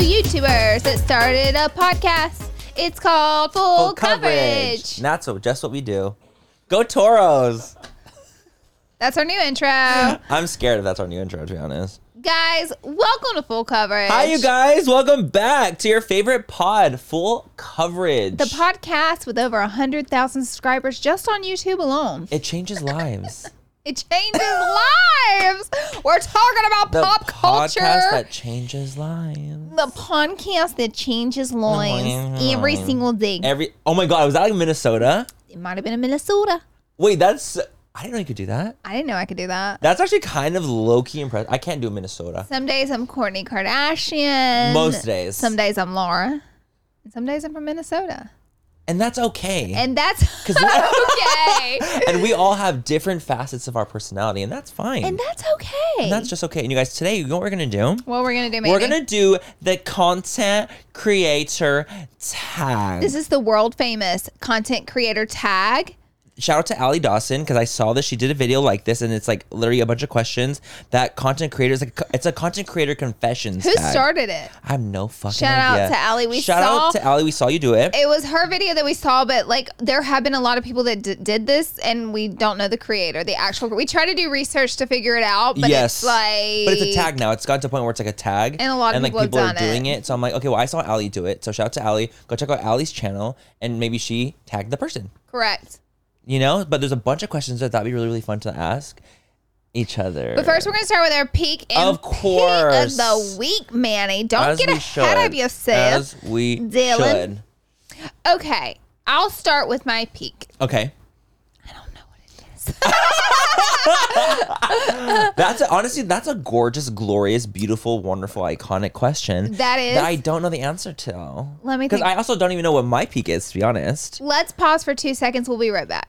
YouTubers that started a podcast. It's called Full, Full coverage. That's what, just what we do. Go Toros. That's our new intro. I'm scared if that's our new intro, to be honest. guys, welcome to Full Coverage. Hi, you guys. Welcome back to your favorite pod, Full Coverage. The podcast with over 100,000 subscribers just on YouTube alone. It changes lives. It changes lives. We're talking about The pop culture. podcast that changes lives. the podcast that changes lives Mm-hmm. every single day. Every oh my god, was that like Minnesota? it might have been in Minnesota. Wait, that's I didn't know you could do that. I didn't know I could do that. That's actually kind of low key impressive. I can't do Minnesota. Some days I'm Courtney Kardashian. Most days. Some days I'm Laura. And some days I'm from Minnesota. And that's okay. And that's okay. and we all have different facets of our personality, and that's fine. and that's okay. And that's just okay. And you guys, today, you know what we're gonna do? what we're gonna do, We're Mandy. gonna do the content creator tag. This is the world famous content creator tag. Shout out to Allie Dawson because I saw this. She did a video like this, and it's like literally a bunch of questions that content creators. Like, it's a content creator confessions. Who tag. started it? I have no fucking Shout out idea. to Allie. We Shout saw- out to Allie. We saw you do it. It was her video that we saw, but like there have been a lot of people that d- did this, and we don't know the creator, the actual. We try to do research to figure it out, but yes. it's like, but it's a tag now. It's gotten to a point where it's like a tag. And a lot of and like people have people are done it. doing it. So I'm like, okay, well, I saw Allie do it. So shout out to Allie. Go check out Allie's channel and maybe she tagged the person. Correct. You know? But there's a bunch of questions that that'd be really, really fun to ask each other. But first, we're gonna start with our peak and Of peak of course. the week, Manny. Don't As get we ahead should. of yourself. As we Dylan. should. okay, I'll start with my peak. Okay. I don't know what it is. That's a, honestly, that's a gorgeous, glorious, beautiful, wonderful, iconic question. That is- That I don't know the answer to. Let me Because think. I also don't even know what my peak is, to be honest. Let's pause for two seconds. We'll be right back.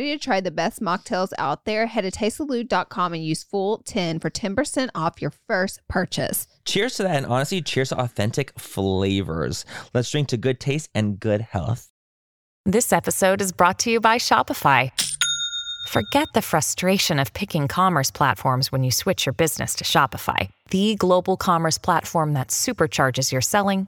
to try the best mocktails out there, head to tastesalud.com and use full 10 for 10% off your first purchase. Cheers to that, and honestly, cheers to authentic flavors. Let's drink to good taste and good health. This episode is brought to you by Shopify. Forget the frustration of picking commerce platforms when you switch your business to Shopify, the global commerce platform that supercharges your selling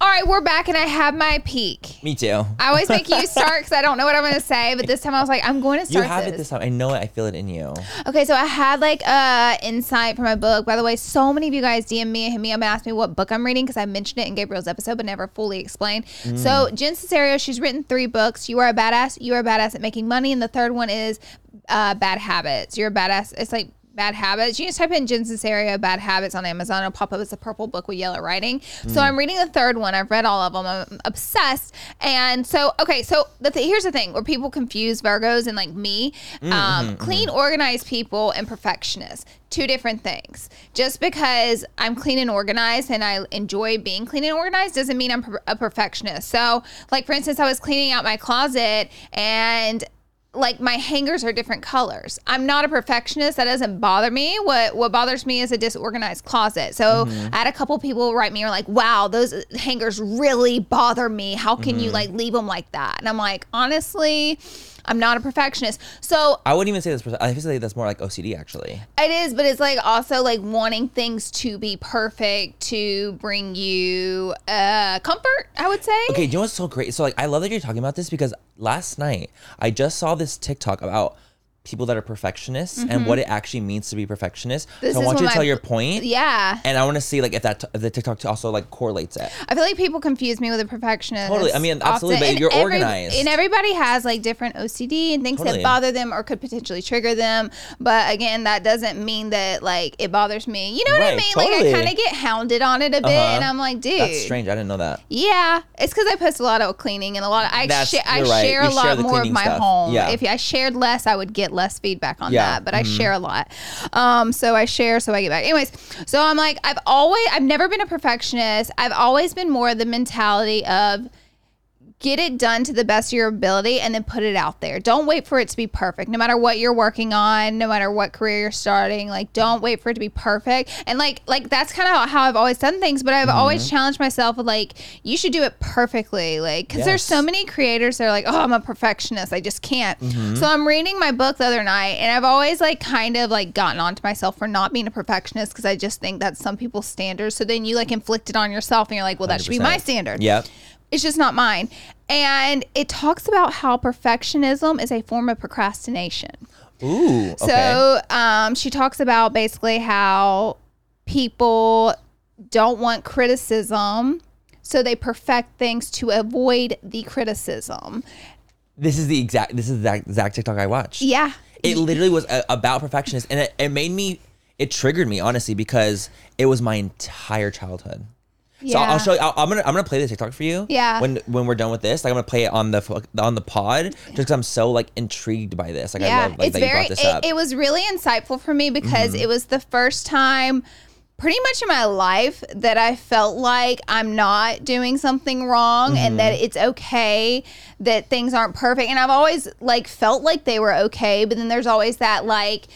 All right, we're back, and I have my peak. Me too. I always make you start because I don't know what I'm going to say, but this time I was like, I'm going to You start have this. it this time. I know it. I feel it in you. Okay, so I had like a insight from my book. By the way, so many of you guys DM me and hit me up and ask me what book I'm reading because I mentioned it in Gabriel's episode but never fully explained. So Mm. Jen Cesario, she's written three books: "You Are a Badass," "You Are a Badass at Making Money," and the third one is uh, "Bad Habits." You're a badass. It's like bad habits. You just type in Jen Cesario bad habits on Amazon. It'll pop up. It's a purple book with yellow writing. So I'm reading the third one. I've read all of them. I'm obsessed. And so, okay, so the th- here's the thing where people confuse Virgos and like me, um, clean, organized people and perfectionists. Two different things. Just because I'm clean and organized and I enjoy being clean and organized doesn't mean I'm per- a perfectionist. So, like for instance, I was cleaning out my closet and like my hangers are different colors. I'm not a perfectionist. That doesn't bother me. What what bothers me is a disorganized closet. So I had a couple people write me and were like, "Wow, those hangers really bother me. How can you like leave them like that?" And I'm like, honestly, I'm not a perfectionist. So I wouldn't even say this. person. I would say that's more like OCD actually. it is, but it's like also like wanting things to be perfect to bring you uh comfort. I would say. Okay, do you know what's so great? So like I love that you're talking about this because last night I just saw this TikTok about people that are perfectionists and what it actually means to be perfectionist. Mm-hmm. This so I is want you what to tell my- your point. Yeah. And I want to see like if that t- if the TikTok t- also like correlates it. I feel like people confuse me with a perfectionist. Totally. I mean, absolutely, but And you're organized. And everybody has like different OCD and things Totally. that bother them or could potentially trigger them. But again, that doesn't mean that like it bothers me. You know what I Right, mean? totally. Like I kind of get hounded on it a bit, Uh-huh. and I'm like, dude, That's strange. I didn't know that. yeah, it's because I post a lot of cleaning and a lot. Of, I That's- sha- I you're right. share You a share lot the more of cleaning my stuff. home. Yeah. If I shared less, I would get less feedback on Yeah. Mm-hmm. that. But I share a lot, um. So I share, so I get back. Anyways, so I'm like, I've always, I've never been a perfectionist. I've always been more the mentality of get it done to the best of your ability and then put it out there. Don't wait for it to be perfect. No matter what you're working on, no matter what career you're starting, like don't wait for it to be perfect. And like like that's kind of how I've always done things, but I've always challenged myself with like you should do it perfectly. Like cuz there's so Yes. many creators that are like, "Oh, I'm a perfectionist. I just can't." So I'm reading my book the other night and I've always like kind of like gotten onto myself for not being a perfectionist cuz I just think that's some people's standards. So then you like inflict it on yourself and you're like, "Well, that should be my 100%. standard." Yep. It's just not mine. And it talks about how perfectionism is a form of procrastination. Ooh. Okay. So um, she talks about basically how people don't want criticism. So they perfect things to avoid the criticism. this is the exact. This is the exact, exact TikTok I watched. Yeah. It literally was a, about perfectionists, and it, it made me. It triggered me honestly because it was my entire childhood. So I'll- I'll show you. I'll, I'm gonna I'm gonna play the TikTok for you. Yeah. When when we're done with this, like I'm gonna play it on the fu- on the pod just because I'm so like intrigued by this. Like I love like, that you brought this it, up. Mm-hmm. it was really insightful for me because it was the first time pretty much in my life that I felt like I'm not doing something wrong Mm-hmm. and that it's okay that things aren't perfect and I've always like felt like they were okay but then there's always that like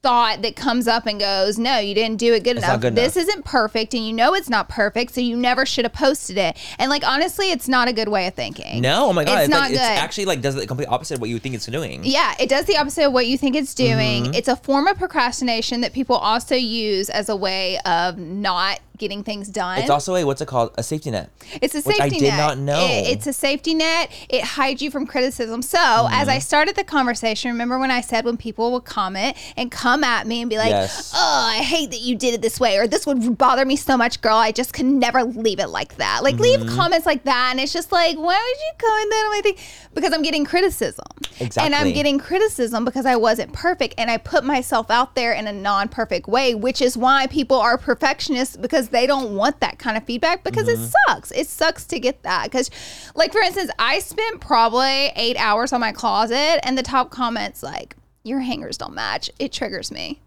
thought that comes up and goes no you didn't do it good, not enough. good this isn't perfect and you know it's not perfect so you never should have posted it and like honestly it's not a good way of thinking no, oh my god, it's it's, like, not it's good. actually like does the complete opposite of what you think it's doing. yeah, it does the opposite of what you think it's doing. Mm-hmm. It's a form of procrastination that people also use as a way of not getting things done. It's also a what's it called a safety net. It's a Which safety I did net. not know. It- it's a safety net. It hides you from criticism. So, Mm-hmm. as I started the conversation, remember when I said when people would comment and come at me and be like, Yes. "Oh, I hate that you did it this way," or "This would bother me so much, girl. I just could never leave it like that." Like Mm-hmm. leave comments like that, and it's just like, why would you comment that on my thing? Because I'm getting criticism, and Exactly. I'm getting criticism because I wasn't perfect, and I put myself out there in a non-perfect way, which is why people are perfectionists because they don't want that kind of feedback because it Mm-hmm. sucks. It sucks to get that because, like for instance, I spent probably eight hours on my closet, and the top comments like. Your hangers don't match. It triggers me.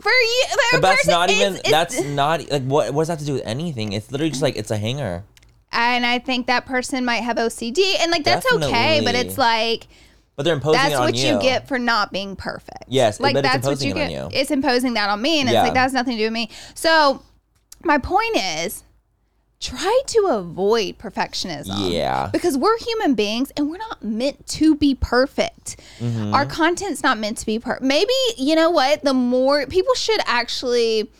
For you, for a But that's person, not it's- even. it's- that's not like what. What does that have to do with anything? It's literally just like it's a hanger. and I think that person might have OCD, and like that's okay, but Definitely. it's like But they're imposing that's it on what you. you. get for not being perfect. Yes, like but it's that's what imposing you it on get. you. It's imposing that on me, and Yeah. it's like that has nothing to do with me. So my point is, try to avoid perfectionism. Yeah. because we're human beings and we're not meant to be perfect. Mm-hmm. Our content's not meant to be perfect. Maybe you know what? The more people should actually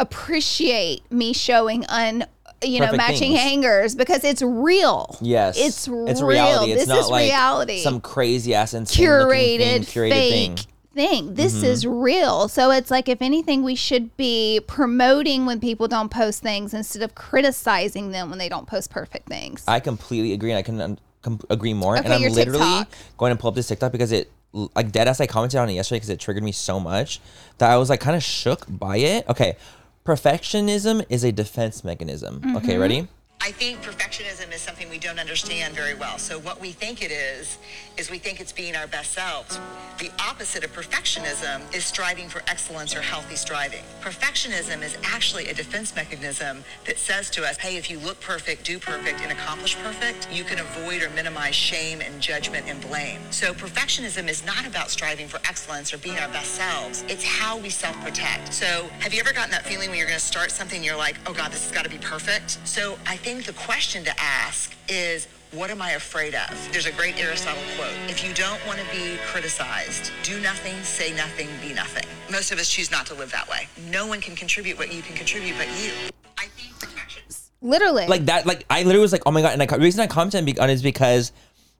appreciate me showing un you know Perfect matching things. hangers because it's real. Yes, it's, real. reality. It's this not is like reality. some crazy ass insane curated, thing, curated fake thing. Mm-hmm. thing. This is real. So it's like if anything, we should be promoting when people don't post things instead of criticizing them when they don't post perfect things. I completely agree, and I can um, com- agree more. and Okay, I'm your literally TikTok. going to pull up this TikTok because it, like, dead ass, I commented on it yesterday because it triggered me so much that I was like kind of Mm-hmm. shook by it. Okay, perfectionism is a defense mechanism. Okay, ready? I think perfectionism is something we don't understand very well. So what we think it is, is we think it's being our best selves. The opposite of perfectionism is striving for excellence or healthy striving. Perfectionism is actually a defense mechanism that says to us, hey, if you look perfect, do perfect, and accomplish perfect, you can avoid or minimize shame and judgment and blame. So perfectionism is not about striving for excellence or being our best selves. It's how we self-protect. So have you ever gotten that feeling when you're going to start something, and you're like, oh God, this has got to be perfect? So I think the question to ask is, what am I afraid of? There's a great Aristotle quote. If you don't want to be criticized, do nothing, say nothing, be nothing. Most of us choose not to live that way. No one can contribute what you can contribute but you. I think perfectionism. Literally. like that like i literally was like oh my god and I, the reason i commented be- on it is because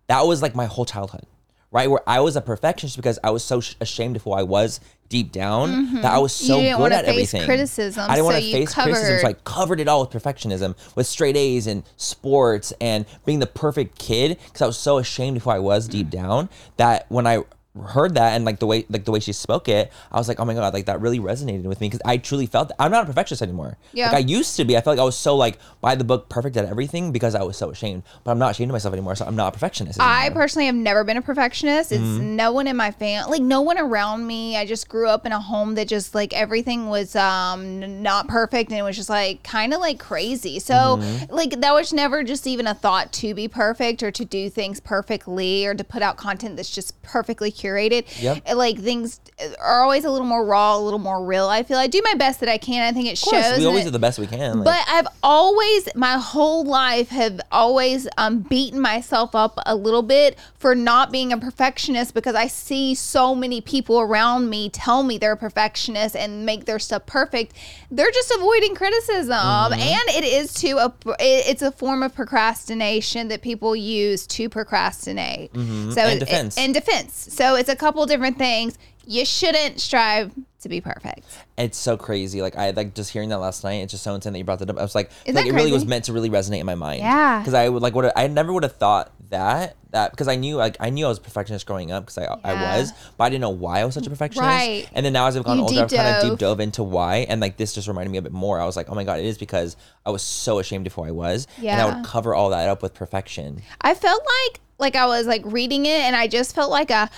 that was like my whole childhood right where i was a perfectionist because i was so sh- ashamed of who i was deep down that i was Mm-hmm. so You didn't good wanna at face everything criticism, i didn't want so to you face criticism so i covered- covered it all with perfectionism with straight a's and sports and being the perfect kid because i was so ashamed of who i was Mm. deep down that when i heard that and like the way like the way she spoke it i was like oh my god like that really resonated with me because i truly felt that. i'm not a perfectionist anymore Yeah. like i used to be. I felt like I was so like by the book, perfect at everything because I was so ashamed. But I'm not ashamed of myself anymore, so I'm not a perfectionist. I anymore. personally have never been a perfectionist. It's Mm-hmm. no one in my family, like no one around me. I just grew up in a home that just like everything was um n- not perfect and it was just like kind of like crazy. So Mm-hmm. like that was never just even a thought to be perfect or to do things perfectly or to put out content that's just perfectly curated. Yep. Uh, Like things are always a little more raw, a little more real. I feel I do my best that I can. I think it Of course, shows. we and always it- do the best we can. like- but I've always, my whole life, have always um, beaten myself up a little bit for not being a perfectionist because I see so many people around me tell me they're a perfectionist and make their stuff perfect. They're just avoiding criticism, Mm-hmm. and it is to a, it- it's a form of procrastination that people use to procrastinate. So Mm-hmm. And it- defense. and defense. So it's a couple different things. You shouldn't strive to be perfect. it's so crazy. Like I like just hearing that last night. It's just so insane that you brought that up. I was like, Isn't like that it really was crazy? meant to really resonate in my mind. Yeah. Because I would like what I never would have thought that that because I knew like I knew I was a perfectionist growing up because I Yeah. I was, but I didn't know why I was such a perfectionist. Right. And then now as I've gone You older, I've kind of deep deep dove into why, and like this just reminded me a bit more. I was like, oh my god, it is because I was so ashamed of who I was, and I Yeah. would cover all that up with perfection. I felt like like I was like reading it and I just felt like a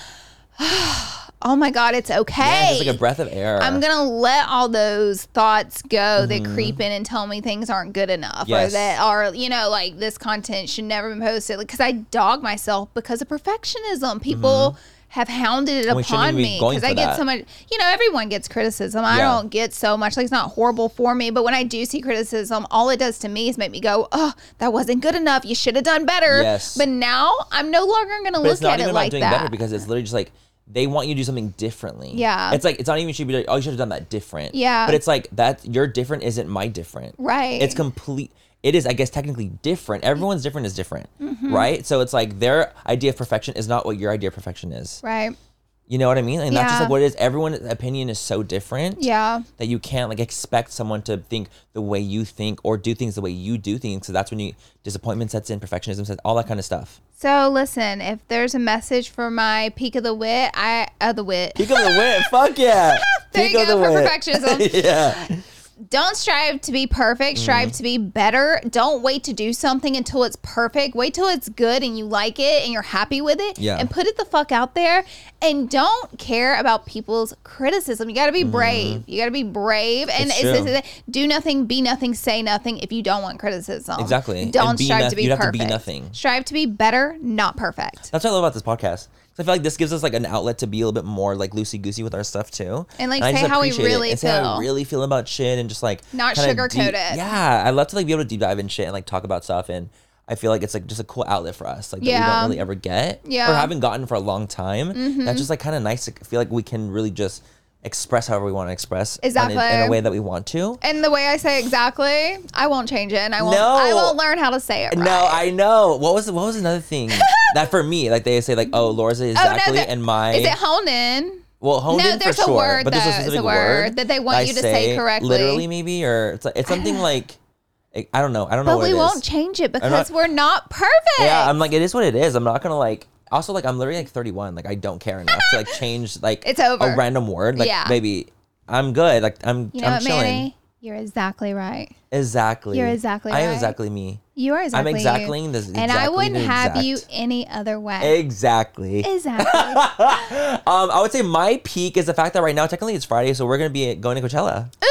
oh my god, it's Yeah, okay. it's like a breath of air. I'm gonna let all those thoughts go that creep in and tell me things aren't good enough or Mm-hmm. Yes. that are you know like this content should never be posted because I dog myself because of perfectionism. People have hounded it we Mm-hmm. shouldn't upon even be me going because I for get that. so much. You know, everyone gets criticism. I Yeah. don't get so much. Like it's not horrible for me, but when I do see criticism, all it does to me is make me go, "Oh, that wasn't good enough. You should have done better." Yes. But now I'm no longer gonna but look it's not at even it about like doing that. better because it's literally just like they want you to do something differently. Yeah. It's like it's not even should be like, oh you should have done that different. Yeah. But it's like that your different isn't my different. Right. It's complete it is, I guess, technically different. Everyone's different is different. Mm-hmm. Right? So it's like their idea of perfection is not what your idea of perfection is. right? You know what I mean? And that's just Yeah. like what it is. Everyone's opinion is so different. Yeah. That you can't like expect someone to think the way you think or do things the way you do things. So that's when you disappointment sets in, perfectionism sets all that kind of stuff. So listen, if there's a message for my peak of the wit, I uh, the wit. Peak of the whip, fuck yeah. There Peak you of go the for whip. perfectionism. yeah. Don't strive to be perfect. Strive Mm-hmm. to be better. Don't wait to do something until it's perfect. Wait till it's good and you like it and you're happy with it. Yeah. And put it the fuck out there. And don't care about people's criticism. You got to be brave. You got to be brave. And Mm-hmm. It's it's, it's, true. it's- do nothing, be nothing, say nothing. If you don't want criticism, Exactly. Don't And be strive noth- to be you'd have to perfect. be nothing. Strive to be better, not perfect. That's what I love about this podcast. 'Cause I feel like this gives us like an outlet to be a little bit more like loosey goosey with our stuff too. And, like, I say just how we appreciate it. really and say how feel. we really feel about shit and just like Not kinda sugarcoat deep- it. Yeah. I love to like be able to deep dive in shit and like talk about stuff and I feel like it's like just a cool outlet for us, like that we Yeah. don't really ever get, Yeah. Mm-hmm. or haven't gotten for a long time. That's just like kind of nice. to feel like we can really just express however we want to express, on it- in Exactly. a way that we want to. And the way I say exactly, I won't change it, and I won't. No. I won't learn how to say it. Right. No, I know. What was what was another thing that for me? Like they say, like oh, Laura's is exactly, there- and my Is it honed in? well, honed No, in there's for a sure, word, but there's though. a It's a specific word word, that they want I you to say correctly. Literally, maybe or it's like, it's something like I I don't know. I don't know. But what we it won't is. change it because not- we're not perfect. Yeah, I'm like it is what it is. I'm not gonna like. Also, like I'm literally like 31. Like I don't care enough to like change like It's over. a random word. Like Yeah. maybe I'm good. Like I'm you know I'm what, chilling. Manny? You're exactly right. Exactly. You're exactly I am right. exactly me. You are exactly. I'm you. exactlying this. And I exactly wouldn't the have you exact- any other way. Exactly. Exactly. um, I would say my peak is the fact that right now technically it's Friday, so we're gonna be going to Coachella.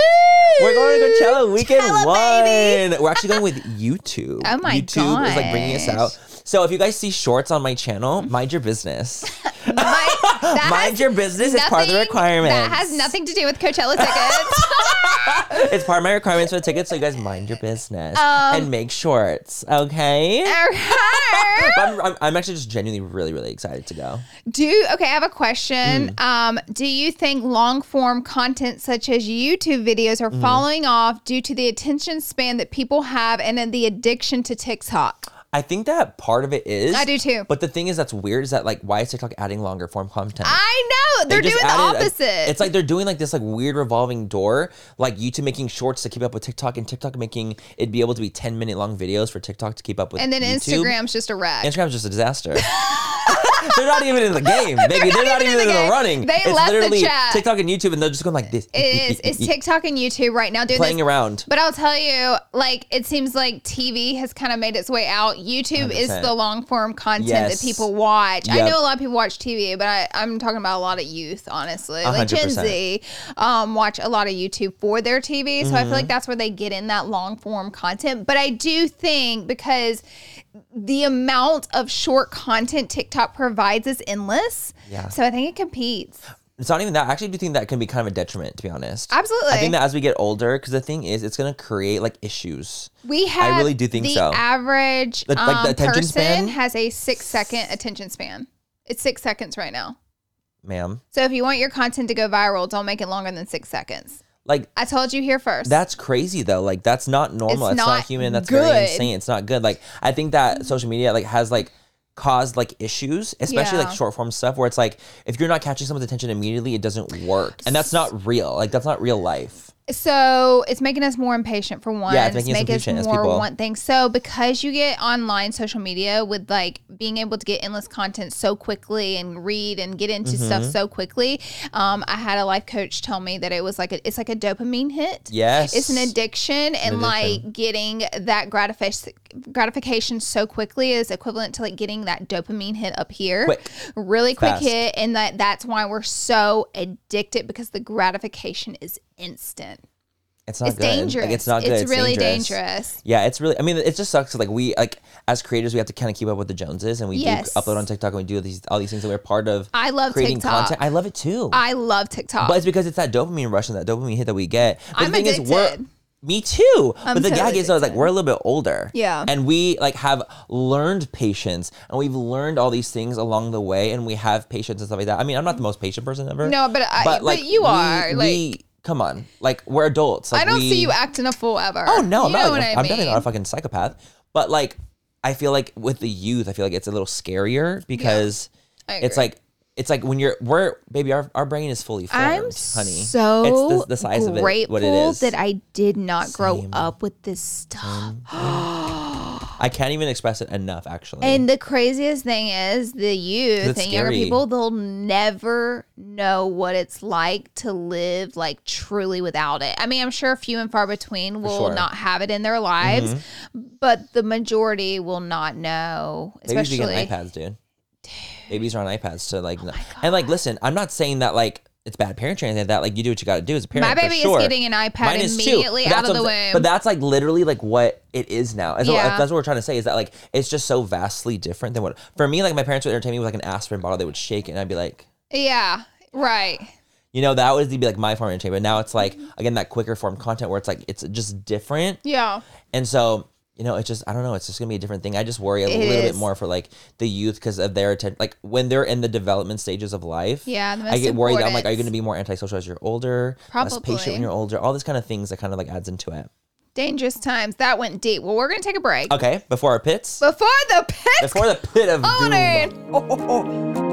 We're going to Coachella weekend Coachella, one. baby. We're actually going with YouTube. Oh my YouTube is like bringing us gosh. out. So if you guys see shorts on my channel, mind your business. My- that mind has your business. It's part of the nothing- requirements. That has nothing to do with Coachella tickets. It's part of my requirements for the tickets. So you guys mind your business Um, eh. and make shorts, okay? All right. I'm, I'm, I'm actually just genuinely really really excited to go. Do okay. I have a question. Mm. Um, do you think long form content such as YouTube videos Mm. are falling off due to the attention span that people have and then the addiction to TikTok? I think that part of it is. I do too. But the thing is, that's weird. Is that like why is TikTok adding longer form content? I know they're They just doing the added a- opposite. it's like they're doing like this like weird revolving door, like YouTube making shorts to keep up with TikTok, and TikTok making it be able to be ten minute long videos for TikTok to keep up with. and then YouTube. Instagram's just a wreck. Instagram's just a disaster. they're not even in the game, baby. They're, not even in the, game. running. They it's left the literally chat. TikTok and YouTube, and they're just going like this. it is. It's TikTok and YouTube right now doing playing this. around. But I'll tell you, like it seems like TV has kind of made its way out. YouTube is 100%. the long form content Yes. that people watch. I Yep. know a lot of people watch TV, but I, I'm talking about a lot of youth, honestly. Like Gen 100%. Z um, watch a lot of YouTube for their TV, so I feel Mm-hmm. like that's where they get in that long form content. But I do think because the amount of short content TikTok provides is endless. Yeah. So I think it competes. It's not even that. I actually do think that can be kind of a detriment, to be honest. Absolutely. I think that as we get older, because the thing is, it's going to create like issues. We have. really do think the so. average The- like, the um, attention person span? has a six second attention span. It's six seconds right now. Ma'am, So if you want your content to go viral, don't make it longer than six seconds. like I told you here first. That's crazy though. Like that's not normal. It's It's, not, not human. That's good. very insane. It's not good. Like I think that social media like has like caused like issues, especially Yeah. like short form stuff where it's like if you're not catching someone's attention immediately, it doesn't work. And that's not real. Like that's not real life. so it's making us more impatient for one. Yeah, it's making us making impatient as more people. want things. So because you get online social media with like being able to get endless content so quickly and read and get into Mm-hmm. stuff so quickly, um, I had a life coach tell me that it was like a, it's like a dopamine hit. Yes. it's an addiction and addiction. like getting that gratification gratification so quickly is equivalent to like getting that dopamine hit up here Quick. really quick Fast. hit and that that's why we're so addicted because the gratification is instant It's not it's good. dangerous Like, it's not good. it's, really dangerous. dangerous, Yeah, it's really. I mean, it just sucks. Like we, like as creators, we have to kind of keep up with the Joneses, and we Yes. do upload on TikTok, and we do these all these things that we're part of. I love creating TikTok. content. I love it too. i love tiktok But it's because it's that dopamine rush and that dopamine hit that we get. But I'm the thing is, we're addicted. me too. I'm but the totally gag is, though, is like we're a little bit older. Yeah. And we like have learned patience, and we've learned all these things along the way, and we have patience and stuff like that. I mean, I'm not the most patient person ever. No, but I- but you we- are, we- come on, like we're adults. Like, i don't we- see you acting a fool ever Oh no, you I'm not. know Like, what a- i I'm mean definitely not a fucking psychopath. But like, I feel like with the youth, I feel like it's a little scarier because I it's agree. like it's like when you're we're baby, our, our brain is fully formed, I'm honey. so it's the, the size of it, grateful what it is. that I did not grow Same. up with this stuff. I can't even express it enough, actually. And the craziest thing is the youth and That's younger scary. people, they'll never know what it's like to live like truly without it. I mean, I'm sure few and far between will sure. Mm-hmm. not have it in their lives, but the majority will not know. babies Especially Oh begin iPads, dude. Babies are on iPads to like, n- and like, listen, I'm not saying that like it's bad parenting or anything like that. Like, you do what you got to do as a parent. my for baby sure. is getting an iPad Mine is too, immediately but out that's of what the I'm womb. sa- But that's like literally like what it is now. That's, Yeah. what, that's what we're trying to say is that like it's just so vastly different than what for me like my parents would entertain me with like an aspirin bottle. They would shake it and I'd be like, yeah, right. you know, that would be like my form of entertainment. But now it's like again that quicker form content where it's like it's just different. Mm-hmm. Yeah. And so, you know, it's just I don't know. It's just gonna be a different thing. I just worry a It little is. bit more for like the youth because of their attention. Like when they're in the development stages of life, Yeah, the I most get worried that I'm like, are you importance. gonna be more antisocial as you're older? Less patient Probably. when you're older. All this kind of things that kind of like adds into it. Dangerous times. That went deep. Well, we're going to take a break. Okay, before our pits, Before the pit before the pit of doom. cornered.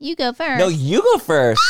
You go first. Ah! No, you go first.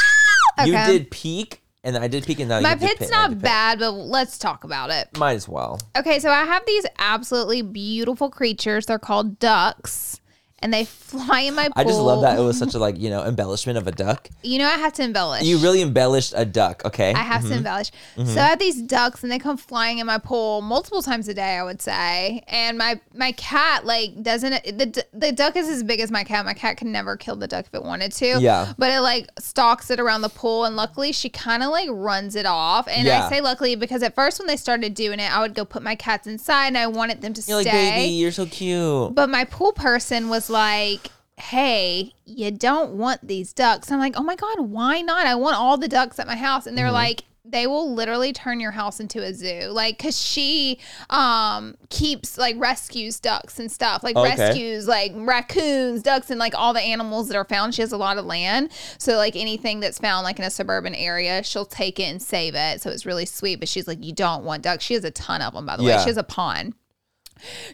You Okay. did peak, and I did peak, and now My you did pit's pit, and I not did pit. bad, but let's talk about it. Might as well. Okay, so I have these absolutely beautiful creatures. They're called ducks, and they fly in my pool. I just love that it was such a like you know embellishment of a duck. You know, I have to embellish. You really embellished a duck, okay? I have to embellish. Mm-hmm. So I have these ducks, and they come flying in my pool multiple times a day. I would say, and my my cat like doesn't the d- the duck is as big as my cat. My cat can never kill the duck if it wanted to. Yeah. but it like stalks it around the pool, and luckily she kind of like runs it off. And Yeah. I say luckily because at first when they started doing it, I would go put my cats inside, and I wanted them to You're like, stay. baby, you're so cute. But my pool person was like, hey, you don't want these ducks. I'm like, oh my God, why not? I want all the ducks at my house. Mm-hmm. And they're like, they will literally turn your house into a zoo. Like, cause she um keeps like rescues ducks and stuff. Like Okay. rescues like raccoons, ducks, and like all the animals that are found. She has a lot of land. So like anything that's found like in a suburban area, she'll take it and save it. So it's really sweet. But she's like, you don't want ducks. She has a ton of them, by the way. Yeah. She has a pond.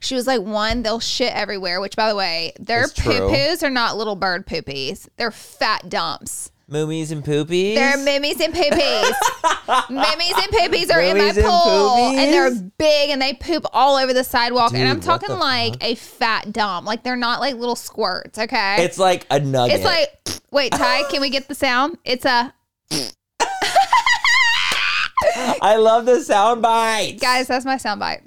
She was like, one, they'll shit everywhere, which by the way, their It's true. poo poos are not little bird poopies. They're fat dumps. Moomies and poopies. They're mimmies and poopies. mimmies and poopies are in my Mummies and pool. And, poopies? they're big and they poop all over the sidewalk. Dude, and I'm what talking the like a fat dump. Like they're not like little squirts, okay? it's like a nugget. It's like, wait, Ty, can we get the sound? It's a, I love the sound bites. guys, that's my soundbite.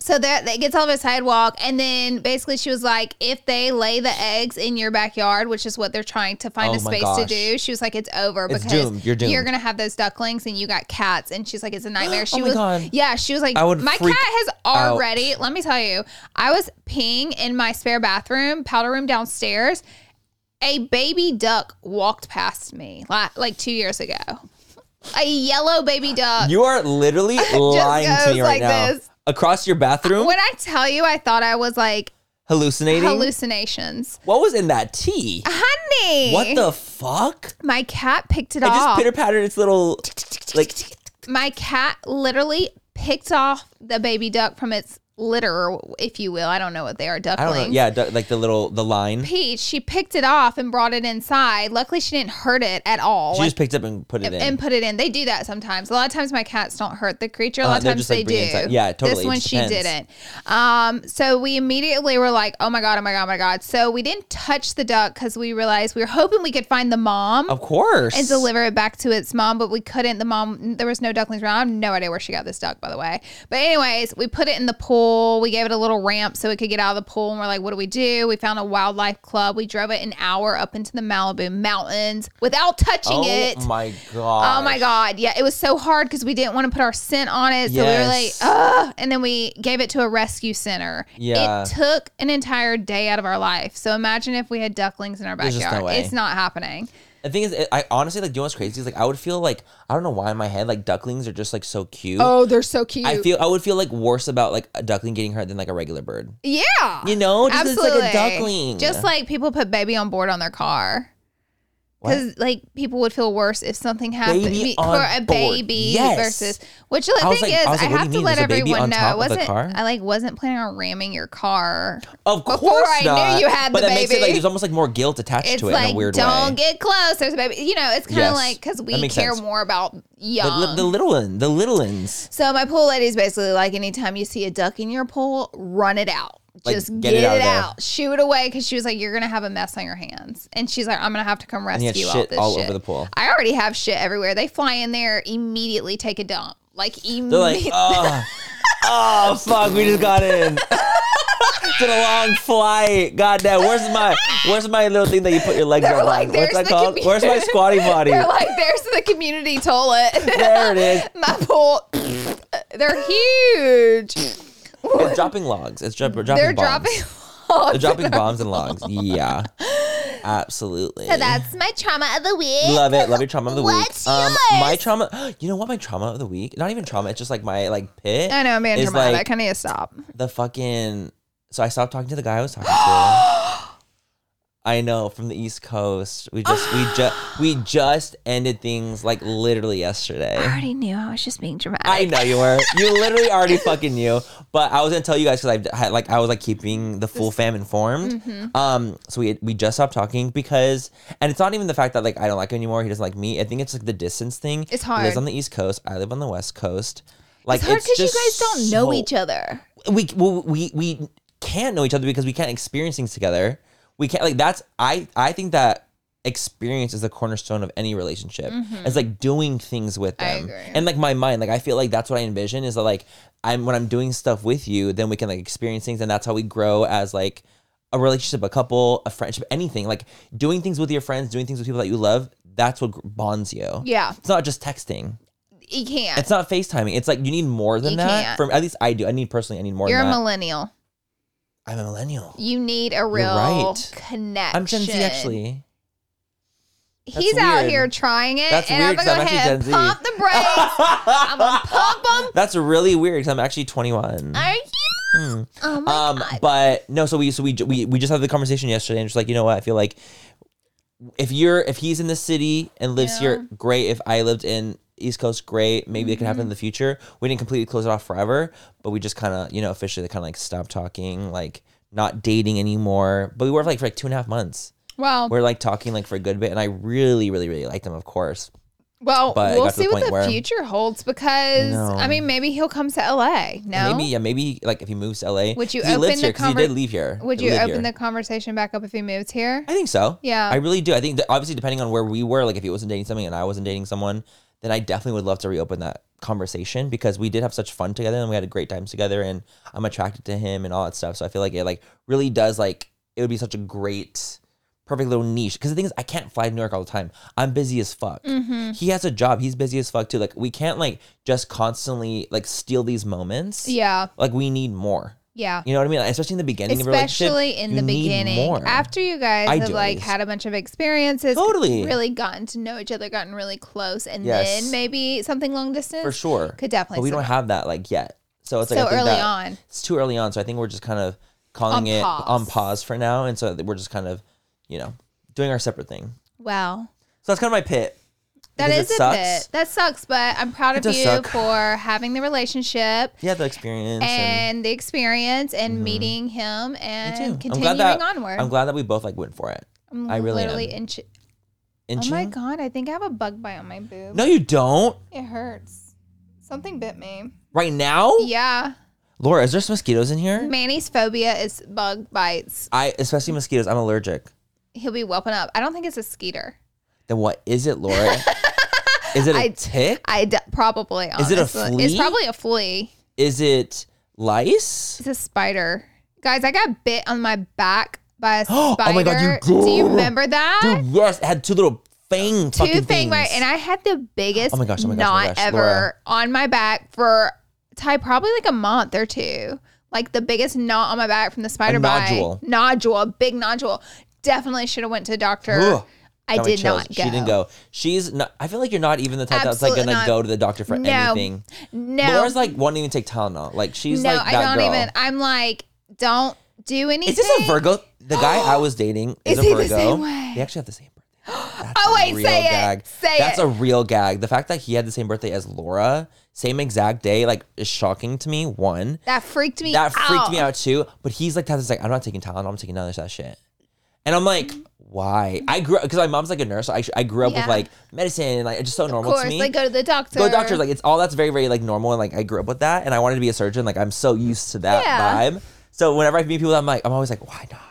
So that it gets all over the sidewalk, and then basically she was like, if they lay the eggs in your backyard, which is what they're trying to find Oh a my space to gosh. do, she was like, it's over It's because doomed. You're doomed. Oh gonna have those ducklings, and you got cats, and she's like, it's a nightmare. She my was, God. yeah, she was like, I would my cat freak has out. already. Let me tell you, I was peeing in my spare bathroom, powder room downstairs. A baby duck walked past me like, like two years ago. a yellow baby duck. You are literally lying to goes me right like now. this. Across your bathroom, when I tell you, I thought I was like hallucinating. hallucinations. what was in that tea? Honey, What the fuck? My cat picked it, It off. just pitter pattered its little like. my cat literally picked off the baby duck from its litter, or if you will. I don't know what they are, I ducklings. don't know. Yeah, du- like the little the line. She Peach, she picked it off and brought it inside. Luckily, she didn't hurt it at all. Like, just picked up and put it in. and put it in. They do that sometimes. A lot of times my cats don't hurt the creature. A Uh, lot of they're times just, like, they bringing do. it inside. Yeah, totally. This It one just she depends. didn't. Um, so we immediately were like, oh my god, oh my god, oh my god. So we didn't touch the duck because we realized we were hoping we could find the mom. of course. And deliver it back to its mom, but we couldn't. The mom, there was no ducklings around. I have no idea where she got this duck, by the way. But anyways, we put it in the pool. We gave it a little ramp so it could get out of the pool. And we're like, what do we do? We found a wildlife club. We drove it an hour up into the Malibu mountains without touching oh it. my god. Oh my god! Yeah, it was so hard because we didn't want to put our scent on it, so we were like, Yes. ugh. And then we gave it to a rescue center. Yeah. it took an entire day out of our life. So imagine if we had ducklings in our There's just no backyard. way. It's not happening. The thing is, it- I honestly like. Do you know what's crazy? Is like I would feel like I don't know why in my head like ducklings are just like so cute. Oh, they're so cute. I feel I would feel like worse about like a duckling getting hurt than like a regular bird. yeah, You know, just 'cause it's absolutely. like a duckling. Just like people put baby on board on their car. Because like people would feel worse if something happened Baby be- for on a board. baby Yes. versus which the I was thing like- is I I, was like, what do have you to mean? let There's a baby everyone on know top I of the wasn't car? I like wasn't planning on ramming your car. of course Before I knew not. you had but the that makes it like baby. there's almost like more guilt attached It's to it like in a weird don't way. get close. There's a baby. You know, it's kind of Yes, 'cause like because that we makes care sense. more about the, young. li- the little one, the little ones. so my pool lady's basically like, anytime you see a duck in your pool, run it out. Like, Just get get, it it, out of there. out, shoo it away, because she was like, "You're gonna have a mess on your hands," and she's like, "I'm gonna have to come you rescue had all shit this all shit." over the pool. I already have shit everywhere. They fly in there immediately, take a dump, like They're like, immediately. oh, oh fuck, we just got in. It's been a long flight. Goddamn, where's my where's my little thing that you put your legs They're up like, on? Where's "There's that the called? commu- Where's my squatty body? They're like, "There's the community toilet." there it is. my pool. They're huge. It's dropping logs. It's dro- dropping They're bombs. dropping. logs. They're dropping bombs and logs. Yeah, absolutely. So that's my trauma of the week. Love it. Love your trauma of the What's week. Um, my yours? trauma. You know what? My trauma of the week. Not even trauma. It's just like my like pit. I know, I'm being is dramatic. like I kind of stop. the fucking. So I stopped talking to the guy I was talking to. I know from the East Coast. We just we just we just ended things like literally I yesterday. already knew I was just being dramatic. I know you were. You literally already fucking knew. But I was gonna tell you guys because I had like I was like keeping the full fam informed. Mm-hmm. Um. So we we just stopped talking because, and it's not even the fact that like I don't like him anymore. He doesn't like me. I think it's like the distance thing. It's He lives hard. on the East Coast. I live on the West Coast. Like it's hard because you just guys don't know so- each other. we well, we we can't know each other because we can't experience things together. We can't like that's I I think that experience is the cornerstone of any relationship. It's like doing things with them. Mm-hmm. agree. And like my mind, like I feel like that's what I envision is that like I'm when I'm doing stuff with you, then we can like experience things and that's how we grow as like a relationship, a couple, a friendship, anything. Like doing things with your friends, doing things with people that you love, that's what gr- bonds you. Yeah, It's not just texting. you can't. It's not FaceTiming. It's like you need more than You that. can't. From at least I do. I need personally I need more You're a than that. millennial. I'm a millennial. You need a real right. connection. I'm Gen Z actually. He's That's out weird. here trying it, That's and weird I'm 'cause I'm gonna go ahead and actually Gen Z. pump the brakes. I'm gonna pump them. That's really weird because I'm actually 21. Are you? Hmm. Oh my Um, god. but no, so we so we we we just had the conversation yesterday, and just like you know what, I feel like if you're if he's in the city and lives here, great. If I lived in East Coast, great. Maybe it could Mm-hmm. happen in the future. We didn't completely close it off forever, but we just kind of you know officially kind of like stopped talking, like not dating anymore. But we were like for like two and a half months. Well, We're like talking like for a good bit, and I really really really liked him, of course. well, but it we'll got to the see what point the where- future holds because No. I mean, maybe he'll come to LA. No, Maybe yeah, maybe like if he moves to LA, Would you 'cause he lives open the here 'cause he conver- did leave here. Would He you lived open the here. conversation back up if he moved here? I think so. Yeah. I really do. I think that obviously depending on where we were, like if he wasn't dating something and I wasn't dating someone, then I definitely would love to reopen that conversation because we did have such fun together and we had a great time together and I'm attracted to him and all that stuff. So I feel like it like really does like it would be such a great perfect little niche because the thing is I can't fly to New York all the time. I'm busy as fuck. Mm-hmm. He has a job. He's busy as fuck too. Like we can't like just constantly like steal these moments. Yeah. Like we need more. Yeah. You know what I mean? Like, especially in the beginning of a relationship. Especially in the you need beginning. more. After you guys I have do at like least. had a bunch of experiences, Totally. really gotten to know each other, gotten really close, and Yes. then maybe something long distance for sure could definitely. but we don't survive. have that like yet so it's like So I think early that- on. it's too early on so i think we're just kind of calling On it pause. on pause for now and so we're just kind of you know doing our separate thing Wow. so that's kind of my pit That Because is it a sucks. bit. That sucks, but I'm proud It of does you suck. for having the relationship yeah the experience and, and the experience and meeting him and Mm-hmm. Me too. continuing that onward. i'm glad that we both like went for it I'm i really literally am. inch- Oh Inching? my god, I think I have a bug bite on my boob. no you don't It hurts. Something bit me. right now Yeah. laura is there some mosquitoes in here Manny's phobia is bug bites. i especially mosquitoes i'm allergic He'll be whelping up. I don't think it's a skeeter. then what is it laura is it a I- tick I d- probably. Is it a honestly. It's flea? probably a flea. is it lice It's a spider. Guys, I got bit on my back by a spider. Oh my God, you Do you go- remember that? Dude, yes it had two little fang two fucking thing right things. and i had the biggest Oh my gosh, oh my gosh, oh my knot gosh, ever Laura. on my back for ty probably like a month or two like the biggest knot on my back from the spider bite nodule. nodule a big nodule definitely should have went to a doctor Ugh. i Got me did chills. not go She didn't go. She's not. I feel like you're not even the type Absolutely that's like not. gonna go to the doctor for No. anything. no Laura's like wanting to take Tylenol. Like she's no like i that don't girl. even i'm like don't do anything Is this a Virgo? The guy I was dating Is is, a he Virgo. the same way? They actually have the same birthday. That's Oh, a wait, say it. gag. Say That's it. a real gag. The fact that he had the same birthday as Laura, same exact day, like is shocking to me. One. that freaked me that freaked out. me out too. But he's like, that's like, I'm not taking Tylenol. I'm taking none of that shit. And I'm like, why? I grew up because my mom's like a nurse. So I, I grew up Mm-hmm. Yeah. with like medicine and like it's just so of normal to course me. like go to the doctor Go to doctors, like it's all that's very, very like normal, and like I grew up with that, and I wanted to be a surgeon. Like I'm so used to that Yeah. vibe. So whenever I meet people, I'm like, I'm always like, why not?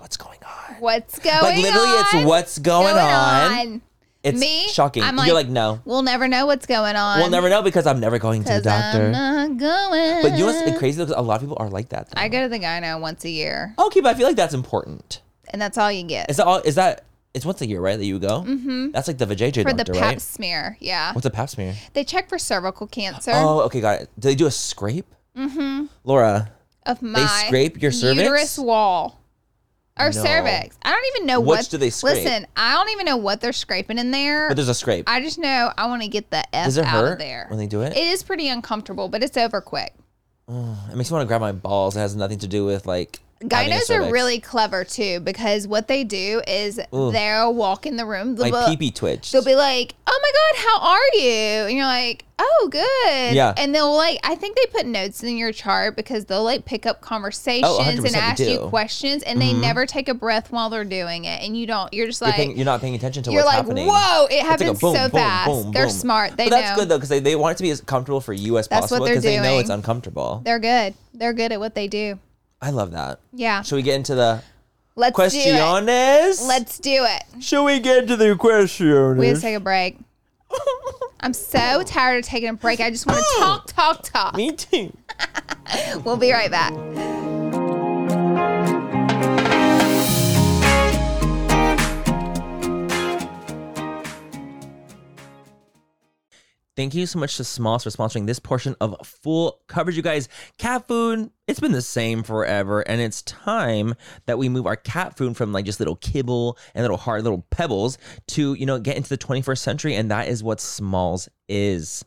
What's going on? what's going like literally, on it's what's going, on. It's Me? shocking. I'm You're like- like, no, we'll never know what's going on we'll never know because I'm never going to the 'Cause doctor. I'm not going. But you know what's crazy? Because a lot of people are like that. though. I go to the gyno once a year, okay, but I feel like that's important. and that's all you get Is that all? Is that it's once a year, right? That you go. Mm-hmm. That's like the vajayjay for the doctor, Pap right? smear. Yeah, What's a pap smear? they check for cervical cancer Oh, okay, got it. Do they do a scrape? Mm-hmm. Laura, of my scrape your cervix? uterus wall or No. cervix. I don't even know Which what do they scrape? Listen, I don't even know what they're scraping in there. but there's a scrape. I just know I want to get the f Does it out hurt of there when they do it? It is pretty uncomfortable, but it's over quick. It makes me want to grab my balls. It has nothing to do with like. having a Gynos are cervix. really clever too because what they do is Ooh. they'll walk in the room. My they'll- pee pee twitch. They'll be like, "Oh my god, how are you?" And you're like, "Oh, good." Yeah. And they'll like, I think they put notes in your chart because they'll like pick up conversations Oh, and 100% they ask you do. Mm-hmm. questions, and they never take a breath while they're doing it, and you don't. You're just you're, like, paying, you're not paying attention to you're what's like, happening. "Whoa, it It's like a happens boom, so boom, fast." boom, they're boom. smart. They but that's know. good though because they, they want it to be as comfortable for you as That's what possible they're because they know it's doing. uncomfortable. They're good. They're good at what they do. I love that. Yeah. Should we get into the Let's do it. questiones? Let's do it. Should we get to the questiones? We have to take a break. I'm so tired of taking a break. I just want to talk, talk, talk. Me too. We'll be right back. Thank you so much to Smalls for sponsoring this portion of full coverage. You guys, cat food, it's been the same forever. And it's time that we move our cat food from like just little kibble and little hard little pebbles to, you know, get into the 21st century. And that is what Smalls is.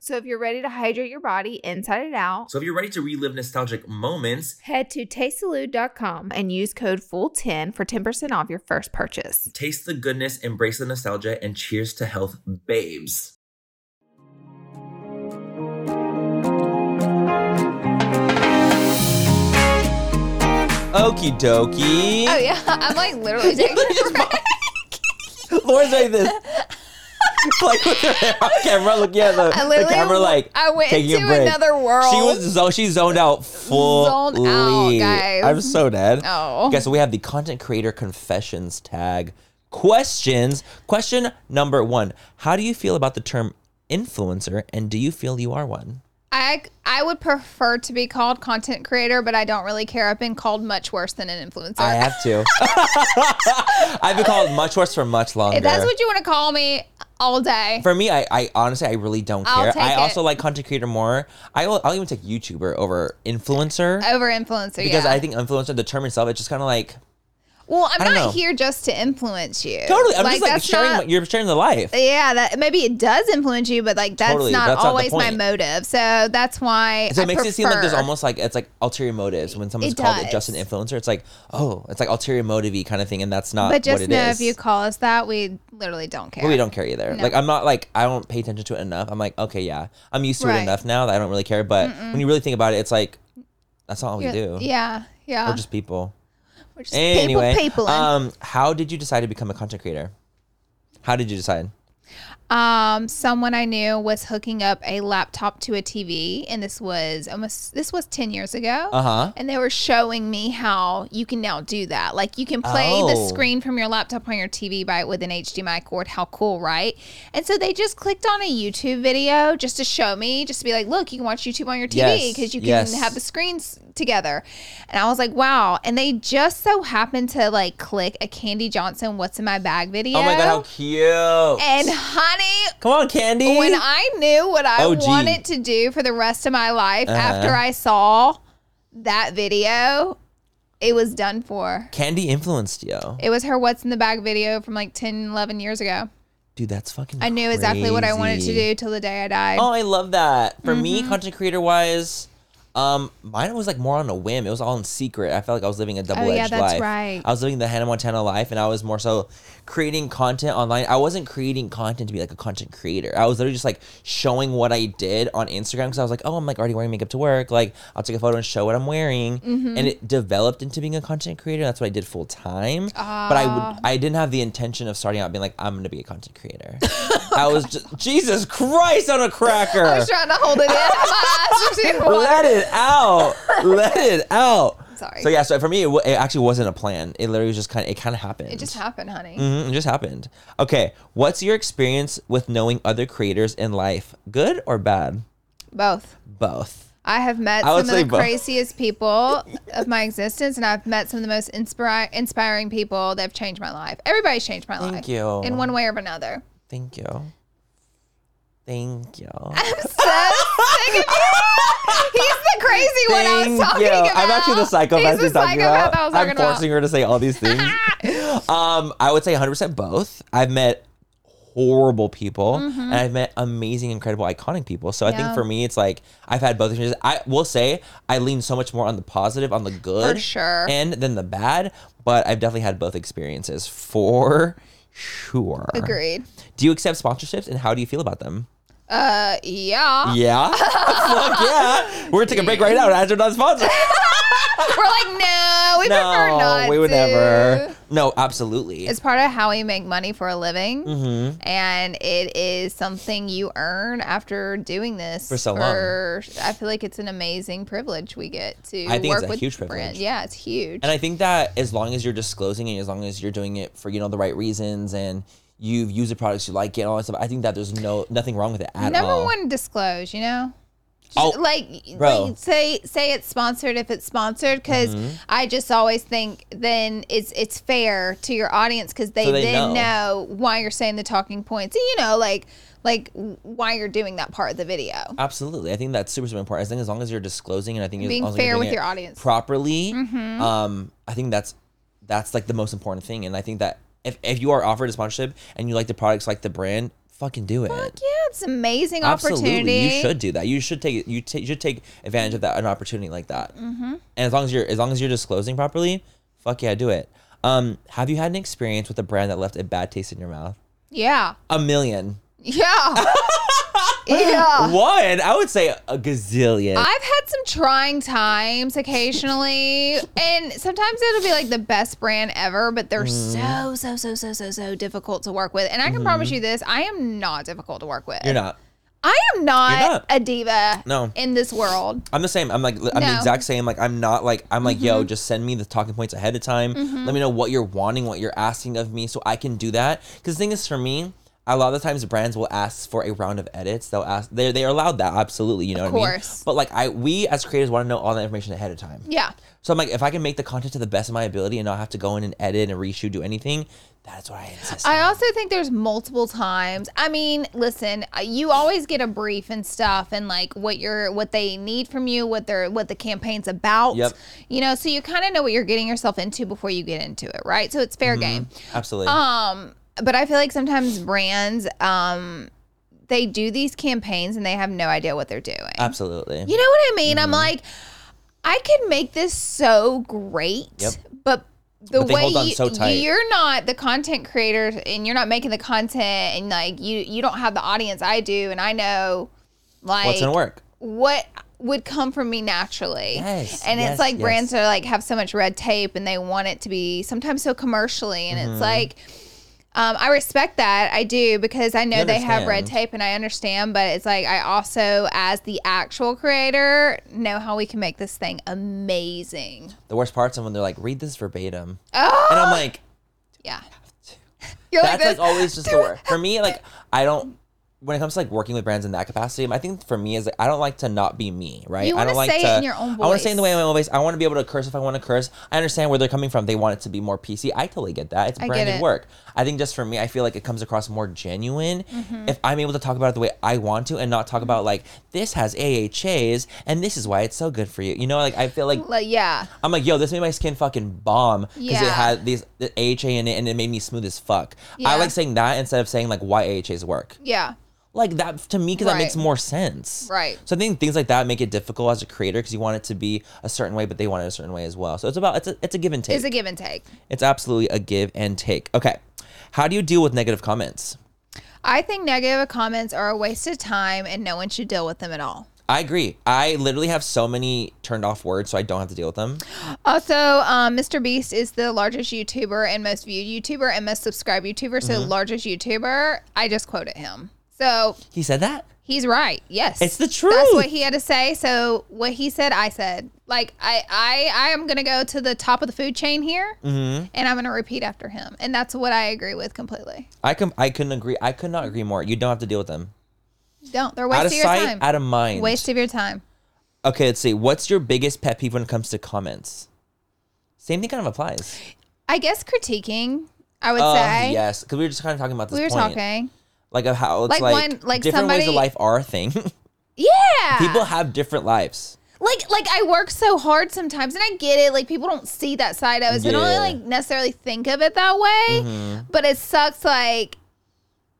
So if you're ready to hydrate your body inside and out, So if you're ready to relive nostalgic moments, head to tastesalud.com and use code FULL10 for 10% off your first purchase. Taste the goodness, embrace the nostalgia, and cheers to health, babes. Okie dokie. Oh yeah, I'm like literally taking a break. Laura's like this. like with her hair on camera, looking at the, I the literally camera, like I went taking into a break. another world. She was zo- she zoned out fully. out, guys. I'm so dead. Oh. Okay, so we have the content creator confessions tag questions. Question number one: How do you feel about the term influencer, and do you feel you are one? I I would prefer to be called content creator, but I don't really care. I've been called much worse than an influencer. I have to. I've been called much worse for much longer. if that's what you want to call me all day. For me, I, I honestly, I really don't I'll care. take I also it. like content creator more. I will, I'll even take YouTuber over influencer over influencer, because Oh, yeah. I think influencer, the term itself, it's just kind of like well, I'm I don't not know. here just to influence you. totally. I'm just like that's sharing. not- what you're sharing the life. yeah, that maybe it does influence you, but like that's Totally, not that's not the always my point. motive. So that's why. So it I makes it seem like there's prefer- almost like it's like ulterior motives when someone's It called it just an does. influencer. It's like oh, it's like ulterior motive kind of thing, and that's not. But what just it know is. if you call us that, we literally don't care. But we don't care either. Like I'm not like I don't pay attention to it enough. I'm like okay, yeah, I'm used to Right. it enough now that I don't really care. But when you really think about it, it's like that's not all we You're- do. Yeah, yeah. we're just people. We're just Anyway, people, people. Um, um, how did you decide to become a content creator? How did you decide? Um, someone I knew was hooking up a laptop to a TV, and this was almost this was ten years ago. Uh huh. And they were showing me how you can now do that. Like you can play Oh. the screen from your laptop on your TV by with an HDMI cord. How cool, right? And so they just clicked on a YouTube video just to show me, just to be like, look, you can watch YouTube on your TV Yes, because you can yes. have the screens together. And I was like, wow. And they just so happened to like click a Candy Johnson "What's in My Bag" video. Oh my god, how cute! and honey, Come on, Candy. when I knew what I OG. wanted to do for the rest of my life Uh-huh. after I saw that video, it was done for. Candy influenced you, It was her What's in the Bag video from like 10, 11 years ago. dude. That's fucking. I knew exactly what I wanted to crazy. do till the day I died. Oh, I love that. For Mm-hmm. me, content creator wise, um, mine was like more on a whim. It was all in secret. I felt like I was living a double edged Oh, yeah, that's life. right. I was living the Hannah Montana life, and I was more so creating content online. I wasn't creating content to be like a content creator. I was literally just like showing what I did on Instagram because I was like, oh, I'm like already wearing makeup to work. Like, I'll take a photo and show what I'm wearing, Mm-hmm. and it developed into being a content creator. That's what I did full time. but I Ah. would, I didn't have the intention of starting out being like, I'm gonna be a content creator. I was just Jesus Christ on a cracker. I was trying to hold it in. My eyes were seeing water. Let it out. Let it out. Sorry. So yeah, so for me, it, w- it actually wasn't a plan. It literally was just kind of, it kind of happened. It just happened, honey. Mhm, it just happened. Okay, what's your experience with knowing other creators in life? Good or bad? Both. Both. I have met I would some of the say both. craziest people of my existence, and I've met some of the most inspiri- inspiring people that have changed my life. Everybody's changed my life. Thank you. In one way or another. Thank you. Thank you. I'm so sick of you. He's the crazy one I was Thank talking you. about. I'm actually the psychopath He's you're the talking psychopath about. I was I'm talking forcing her to say all these things. um, I would say 100% both. I've met horrible people and I've met amazing, incredible, iconic people. So I Mm-hmm. Yeah. think for me, it's like I've had both experiences. I will say I lean so much more on the positive, on the good, sure. and than the bad. But I've definitely had both experiences for sure. about. Agreed. Do you accept sponsorships and how do you feel about them? Uh, yeah. Yeah. Fuck yeah. We're gonna take a break right now and answer that sponsor. We're like, no, we prefer not. we would to. never. No, absolutely. It's part of how we make money for a living, Mm-hmm. and it is something you earn after doing this For so long. I feel like it's an amazing privilege we get to. I think it's work a with huge brands. privilege. Yeah, it's huge. and I think that as long as you're disclosing it, as long as you're doing it for you know the right reasons, and you've used the products you like it and all that stuff, I think that there's no nothing wrong with it at Never all. want to disclose, you know. Just Oh, like, bro. Mm-hmm. like say say it's sponsored if it's sponsored because I just always think then it's it's fair to your audience because they, So they then know. know. why you're saying the talking points you know like like why you're doing that part of the video Absolutely, I think that's super super important. I think as long as you're disclosing, and I think as Being long as you're fair doing with it your audience. Mm-hmm. properly, um, I think that's that's like the most important thing. And I think that if if you are offered a sponsorship and you like the products, like the brand, fucking do it. yeah it's an amazing Absolutely, opportunity you should do that. You should take you, ta- you should take advantage of that an opportunity like that. Mm-hmm. And as long as you're as long as you're disclosing properly, fuck yeah, do it. Um, have you had an experience with a brand that left a bad taste in your mouth? yeah A million. yeah yeah One, I would say a gazillion. I've had some trying times occasionally, and sometimes it'll be like the best brand ever, but they're so Mm. so so so so so difficult to work with. And I can promise you this: I am not difficult to work with. Mm-hmm. you're not. I am not, You're not. a diva. No. in this world. I'm the same. I'm like I'm the No. Mm-hmm. exact same. Like I'm not like I'm like yo, just send me the talking points ahead of time. Let me know what you're wanting, what you're asking of me, so I can do that. Because the thing is, for me, a lot of the times brands will ask for a round of edits. They'll ask they they are allowed that absolutely. You know what course. I mean? But like I we as creators want to know all that information ahead of time. Yeah, So I'm like, if I can make the content to the best of my ability and not have to go in and edit and reshoot, do anything, that's what I insist. I on. also think there's multiple times. I mean, listen, uh, you always get a brief and stuff, and like what you're, what they need from you, what they're, what the campaign's about. Yep. You know, so you kind of know what you're getting yourself into before you get into it, right? So it's Mm-hmm. fair game. absolutely. Um, but I feel like sometimes brands, um, they do these campaigns and they have no idea what they're doing. Uh, absolutely. You know what I mean? mm-hmm. I'm like, I could make this so great, Yep. but the But they way hold on you, so tight. you're not the content creator and you're not making the content and like you you don't have the audience I do and I know like What's gonna work? what would come from me naturally. Yes, and yes, it's like yes. brands are like have so much red tape and they want it to be sometimes so commercially and Mm-hmm. it's like um, I respect that. I do because I know You they have red understand. tape and I understand, but it's like I also as the actual creator know how we can make this thing amazing. The worst part's when they're like, read this verbatim, Oh, and I'm like. yeah. You're like that's this. like always just the word for me like i don't when it comes to like working with brands in that capacity i think for me is like, i don't like to not be me right You i wanna don't like say it to in your own i want to say in the voice. way in my own voice i want to be able to curse if i want to curse i understand where they're coming from they want it to be more pc i totally get that it's I get branded it. work i think just for me i feel like it comes across more genuine Mm-hmm. if i'm able to talk about it the way i want to and not talk about like this has ahas and this is why it's so good for you you know like i feel like like, yeah. I'm like, yo, this made my skin fucking bomb because it Yeah. had these the AHA in it and it made me smooth as fuck. Yeah. I like saying that instead of saying like why AHAs work. Yeah. Like that to me because Right. that makes more sense. Right. So I think things like that make it difficult as a creator because you want it to be a certain way, but they want it a certain way as well. So it's about it's a it's a give and take. It's a give and take. it's absolutely a give and take. Okay, how do you deal with negative comments? I think negative comments are a waste of time and no one should deal with them at all. I agree. I literally have so many turned off words, so I don't have to deal with them. Also, um, Mr. Beast is the largest YouTuber and most viewed YouTuber and most subscribed YouTuber. Mm-hmm. So, largest YouTuber, I just quoted him. So, He said that. he's right. Yes. It's the truth. That's what he had to say. So, what he said, I said. Like, I, I, I am going to go to the top of the food chain here Mm-hmm. and I'm going to repeat after him. And that's what I agree with completely. I can I couldn't agree. I could not agree more. You don't have to deal with them. Don't. They're a out waste of of your sight, time. out of mind. Waste of your time. okay, let's see. What's your biggest pet peeve when it comes to comments? Same thing kind of applies. I guess critiquing, I would Oh say. yes, because we were just kind of talking about this. We were point. talking. like of how it's Like like, one- like different ways of somebody- life are a thing. Yeah. People have different lives. like like I work so hard sometimes and I get it like people don't see that side of us. They don't Yeah. Mm-hmm. like necessarily think of it that way. But it sucks like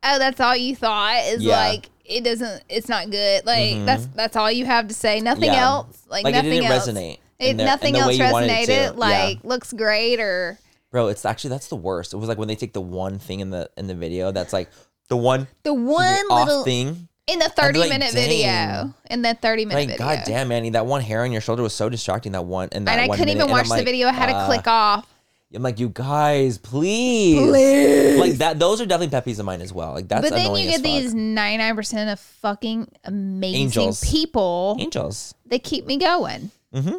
oh that's all you thought is Yeah. Mm-hmm. like it doesn't it's not good. Like that's that's all you have to say. Nothing Yeah. else. Like, Like, it nothing didn't else. resonate in It, the- in nothing the way else you wanted it resonated. to. Yeah. Like looks great or Bro, it's actually that's the worst. It was like when they take the one thing in the in the video that's like the one the one off little thing. in the thirty like, minute "Dang." video. In the thirty minute Like, video. god damn, Manny, that one hair on your shoulder was so distracting. That one and that and I one couldn't minute. even And I'm watch the like, video. I had uh, to click off. I'm like, you guys, please, Please. Like that. Those are definitely pet peeves of mine as well. Like that's but then annoying you get as these fuck. 99% of fucking amazing Angels. Mm-hmm. people angels. they keep me going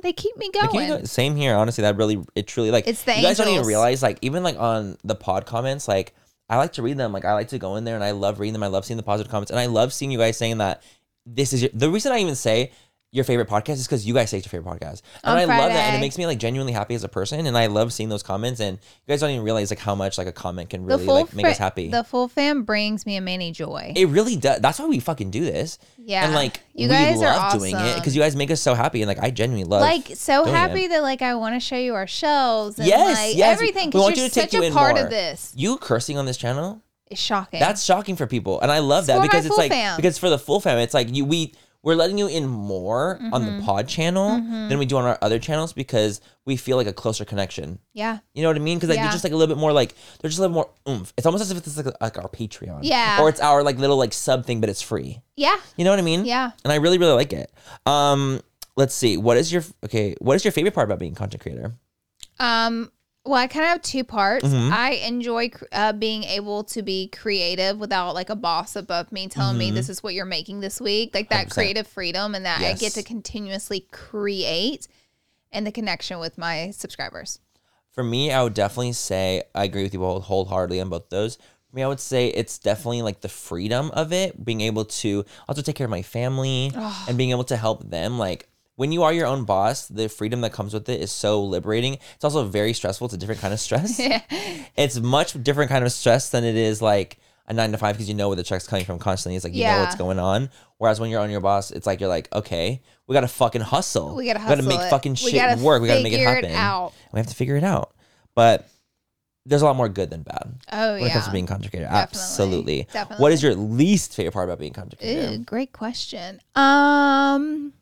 they keep me Like, going can you go- same here. Honestly, that really, it truly, like, It's the you guys don't even angels. realize, like, even like on the pod comments, like, I like to read them. Like, I like to go in there and I love reading them. I love seeing the positive comments, and I love seeing you guys saying that this is your, the reason I even say your favorite podcast is because you guys say it's your favorite podcast, On and I love that, and it Friday. makes me like genuinely happy as a person, and I love seeing those comments, and you guys don't even realize like how much like a comment can really like make fri- us happy. the full fam brings me a manny joy It really does. That's why we fucking do this. Yeah. And like You we guys are love doing it awesome. because you guys make us so happy and like I genuinely love like so doing it. happy that like i want to show you our shelves and yes, like yes. everything We want because you you're to take such you a in part more. of this You cursing on this channel? it's shocking That's shocking for people. And I love It's that for my because it's full like fam. because for the full fam, it's like you we we're letting you in more on Mm-hmm. the pod channel than we do on our other channels because we feel like a closer connection. yeah You know what I mean? Because like they're Yeah. just like a little bit more like they're just a little more oomph. It's almost as if it's like, like our Patreon. Yeah. Or it's our like little like sub thing, but it's free. yeah You know what I mean? Yeah. And I really, really like it. Um, let's see. What is your okay? What is your favorite part about being a content creator? Um, well, I kind of have two parts. Mhm. I enjoy cr- uh, being able to be creative without like a boss above me telling me Mhm. this is what you're making this week. Like that 100%. creative freedom and that I get Yes. to continuously create and the connection with my subscribers. For me, I would definitely say I agree with you whole, wholeheartedly on both those. For me, I would say it's definitely like the freedom of it, being able to also take care of my family and being able to help them. Like when you are your own boss, the freedom that comes with it is so liberating. It's also very stressful. It's a different kind of stress. It's much different kind of stress than it is like a nine to five because you know where the check's coming from constantly. It's like you know what's Yeah. going on. Whereas when you're on your boss, it's like you're like, okay, we gotta fucking hustle. We gotta We hustle gotta make it. fucking We shit gotta work. We gotta make it figure it happen. out. We have to figure it out. But there's a lot more good than bad Oh when it yeah. comes to being a content creator. Definitely. Absolutely. What Definitely. is your least favorite part about being a content creator? Ooh, great question. Um,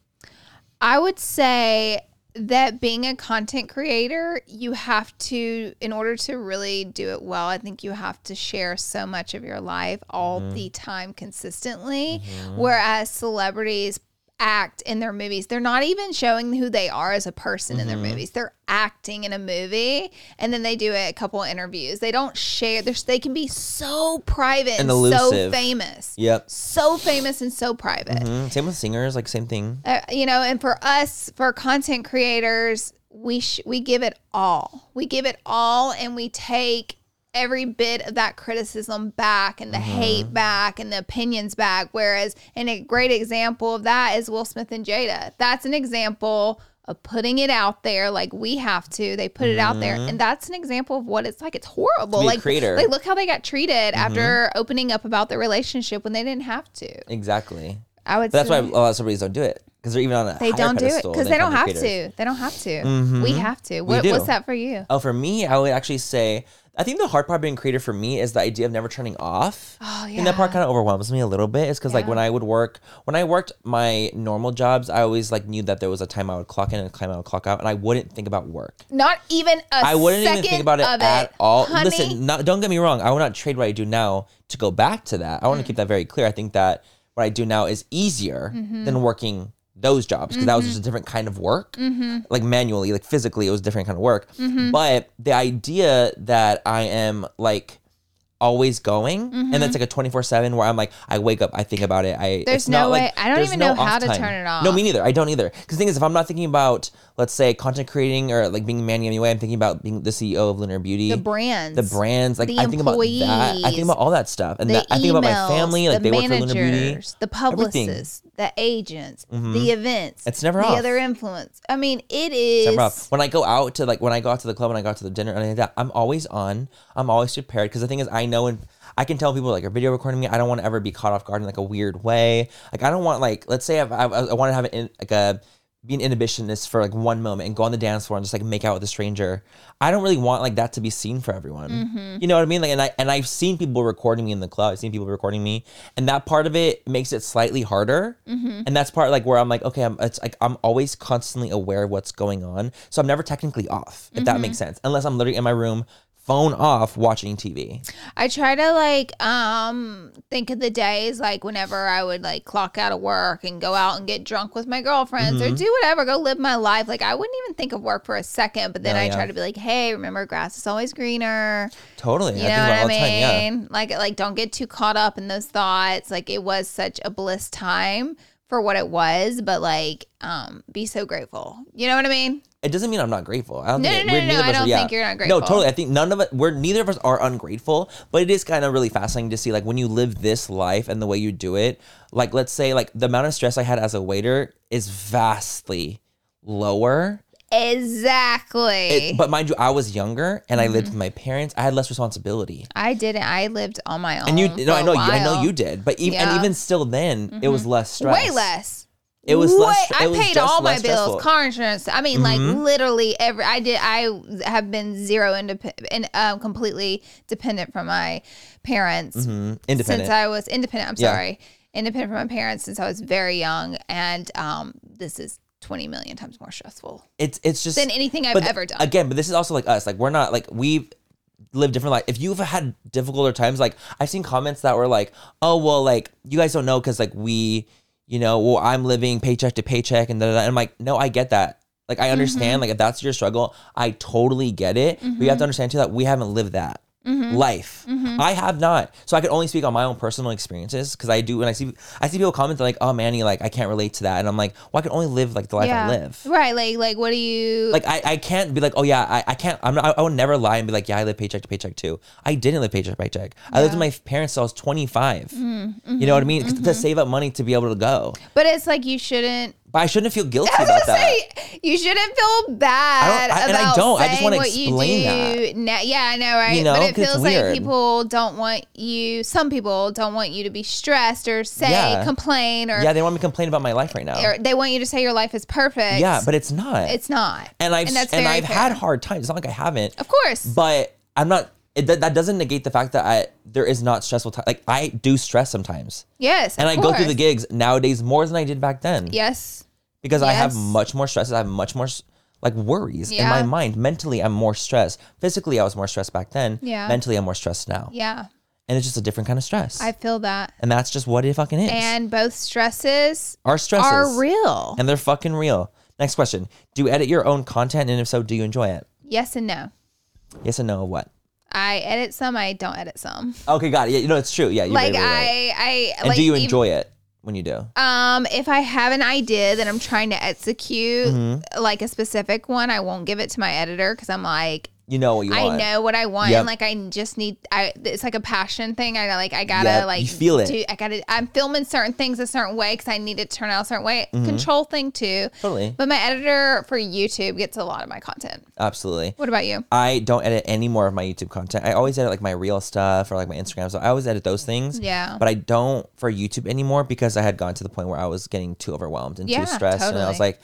I would say that being a content creator, you have to, in order to really do it well, I think you have to share so much of your life all Mm-hmm. the time consistently. Whereas celebrities act in their movies, they're not even showing who they are as a person in their Mm-hmm. movies. They're acting in a movie and then they do a couple interviews. They don't share, they're, they can be so private And and, so elusive. famous Yep. so famous and so private. Mhm. Same with singers, like same thing. Uh, you know, and for us, for content creators, we sh- we give it all. We give it all, and we take every bit of that criticism back and the Mm-hmm. hate back and the opinions back. Whereas, and a great example of that is Will Smith and Jada. That's an example of putting it out there like we have to. They put it out there, and that's an example of what it's like. It's horrible. Mm-hmm. be a Like, creator. Mm-hmm. like look how they got treated after opening up about their relationship when they didn't have to. Exactly. I would. But that's why say a lot of celebrities don't do it because they're even on a they higher don't do it pedestal because than they don't have content creators. Mm-hmm. to. They don't have to. We have to. What, do. What's that for you? Oh, for me, I would actually say I think the hard part being creative for me is the idea of never turning off. Oh, And that part kind of overwhelms me a little bit. Is because like when I would work, when I worked my normal jobs, I always like knew that there was a time I would clock in and a time I would clock out, and I wouldn't think about work. Not even a I wouldn't second even think about it of at it. all. Honey, Listen, not, don't get me wrong. I will not trade what I do now to go back to that. I Mm. want to keep that very clear. I think that what I do now is easier Mm-hmm. than working those jobs because that was just a different kind of work, Mm-hmm. like manually, like physically, it was a different kind of work. But the idea that I am like always going and that's like a 24-7 where i'm like i wake up i think about it i Mm-hmm. There's it's not no like- way- I don't there's even no know how off to time. turn it no off. me neither i don't either because the thing is if i'm not thinking about let's say content creating or like being manny anyway i'm thinking about being the ceo of lunar beauty the brands, the brands like the i think about that i think employees, about all that stuff and the that, i think about my emails, family like the they work for lunar beauty Mm-hmm. managers, the publicists, the agents, the events. It's never the off. other influence. I mean, it Except is. for us. when i go out to like when i go out to the club and i go out to the dinner and like that i'm always on i'm always prepared because the thing is i know when I can tell people like, are video recording me? I don't want to ever be caught off guard in like a weird way. Like, I don't want like, let's say I've, i I want to have an in, like a be an inhibitionist for like one moment and go on the dance floor and just like make out with a stranger. I don't really want like that to be seen for everyone. You know what I mean? Like, and I and I've seen people recording me in the club. I've seen people recording me, and that part of it makes it slightly harder. And that's part like where I'm like, okay, I'm it's like I'm always constantly aware of what's going on, so I'm never technically off, if that makes sense. Unless I'm literally in my room, phone off, watching TV. I try to like um think of the days like whenever I would like clock out of work and go out and get drunk with my girlfriends Mm-hmm. or do whatever, go live my life. Like I wouldn't even think of work for a second, but then No, I yeah. try to be like, hey, remember grass is always greener. Totally, You I think know about what it all I the time. Yeah. mean? Like like don't get too caught up in those thoughts. Like it was such a bliss time for what it was, but like um be so grateful. You know what I mean? it doesn't mean I'm not grateful. I don't No, think no, no, it- we're- no, I neither of us don't are, yeah. think you're not No, grateful. totally. I think none of us we're neither of us are ungrateful, but it is kind of really fascinating to see like when you live this life and the way you do it. Like let's say like the amount of stress I had as a waiter is vastly lower. Exactly. It- but mind you, I was younger and I lived Mm-hmm. with my parents. I had less responsibility. I didn't. I lived on my own. And you, Oh, for no, I a know, you, I know while. you did. But even Yeah. Mm-hmm. and even still, then it was less stress. Way less. It was Way- less. I it was paid just all my less bills, stressful. Mm-hmm. car insurance. I mean, like literally every. I did. I have been zero independent and um, completely dependent from my parents Mhm. Independent. since I was independent. I'm Yeah. sorry, independent from my parents since I was very young, and um, this is 20 million times more stressful it's it's just than anything I've but th- ever done. Again, but this is also like us. Like we're not like we've lived different life. If you've had difficult times, like I've seen comments that were like, "Oh well, like you guys don't know because like we, you know, well I'm living paycheck to paycheck and da da." da." And I'm like, no, I get that. Like I understand. Mm-hmm. Like if that's your struggle, I totally get it. But you have to understand too that we haven't lived that. Mm-hmm. Life, I have not, so I can only speak on my own personal experiences because I do. When I see, I see people comment they're like, "Oh, Manny, like I can't relate to that," and I'm like, "Well, I can only live like the life I live." right? Like, like what do you? like I, I can't be like oh yeah I, I can't I'm not, I, I would never lie and be like yeah I live paycheck to paycheck too I didn't live paycheck to paycheck I lived with my parents till I was 25 Mm-hmm, you know what I mean 'Cause to save up money to be able to go but it's like you shouldn't. but I shouldn't feel guilty I was about gonna that say you shouldn't feel bad I- and I about don't. I saying just wanna what explain you do. Now, yeah, I know, right? You know, but it 'cause it's feels like weird. people don't want you. Some people don't want you to be stressed or say Yeah. complain or, yeah they want me to complain about my life right now or they want you to say your life is perfect. yeah but it's not it's not. and I've and and, that's very I've had fair. hard times it's not like I haven't Of course. but I'm not it, that, that doesn't negate the fact that I there is not stressful time like I do stress sometimes yes. and of I go through the course. gigs nowadays more than I did back then Yes. because I have Yes. much more stresses. I have much more s- like worries in Yeah. my mind. Mentally, I'm more stressed. Physically, I was more stressed back then. Yeah. Mentally, I'm more stressed now. Yeah. And it's just a different kind of stress. I feel that. and that's just what it fucking is. And both stresses Our stresses are real. and they're fucking real. Next question: Do you edit your own content, and if so, do you enjoy it? yes and no. Yes and no. What? I edit some. I don't edit some. Okay, got it. Yeah, you know it's true. Yeah, you're like right, right, right. I, I. And like, do you even- enjoy it when you do? Um, if I have an idea that I'm trying to execute, Mm-hmm. like a specific one, I won't give it to my editor because I'm like, You know what you I want. know what I want, Yep. and like I just need. I it's like a passion thing. I like I gotta Yep, like you feel it. Do, I gotta. I'm filming certain things a certain way because I need it to turn out a certain way. Control thing too. Mm-hmm. Totally. But my editor for YouTube gets a lot of my content. Absolutely. What about you? I don't edit any more of my YouTube content. I always edit like my real stuff or like my Instagram. So I always edit those things. Yeah. But I don't for YouTube anymore because I had gotten to the point where I was getting too overwhelmed and Yeah, too stressed. And I totally. was like,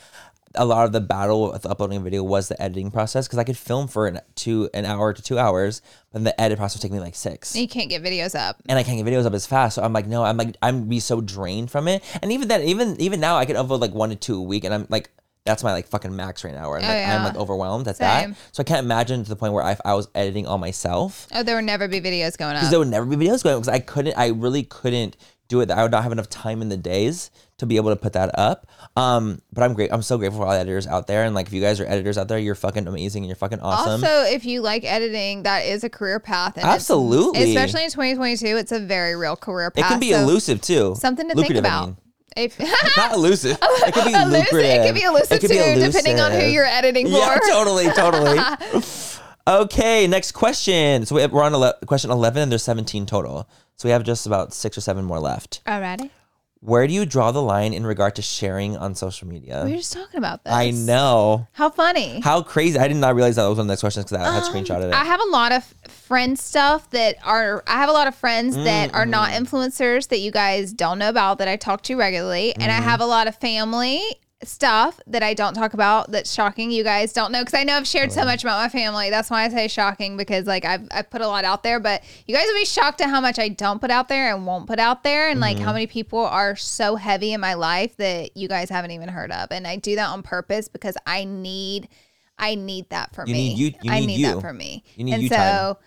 a lot of the battle with uploading a video was the editing process because I could film for an two an hour to two hours, but the edit process would take me like six You can't get videos up. and I can't get videos up as fast. So I'm like, no, I'm like, I'm be so drained from it. And even then, even even now, I can upload like one to two a week, and I'm like, that's my like fucking max right now. Where I'm Oh, like, yeah. I'm like overwhelmed at Same. that. So I can't imagine to the point where I, if I was editing all myself Oh, there would never be videos going because up. there would never be videos going because I couldn't. I really couldn't do it. I would not have enough time in the days to be able to put that up. Um, but I'm great. I'm so grateful for all the editors out there. And like, if you guys are editors out there, you're fucking amazing and you're fucking awesome. Also, if you like editing, that is a career path. And it's- Absolutely. especially in 2022, it's a very real career it path. can be so elusive too. Something to Lucrative, think I about. mean. If not elusive. It could be Elusive. It could lucrative. be elusive too, depending on who you're editing Yeah, for. totally, totally. okay, next question. So we have, we're on ele- question eleven, and there's seventeen total. So we have just about six or seven more left. Alrighty. Where do you draw the line in regard to sharing on social media? We were just talking about this. I know. How funny. How crazy. I did not realize that was one of the next questions because I had Um, screenshotted it. I have a lot of friend stuff that are I have a lot of friends that are not Mm-hmm. influencers that you guys don't know about that I talk to regularly and I Mm-hmm. have a lot of family stuff that I don't talk about that's shocking you guys don't know because I know I've shared so much about my family that's why I say shocking because like I've, I've put a lot out there but you guys will be shocked at how much I don't put out there and won't put out there and like Mm-hmm. how many people are so heavy in my life that you guys haven't even heard of and I do that on purpose because I need I need that for You me. need you- you I need need you. that for me. You need and you time. so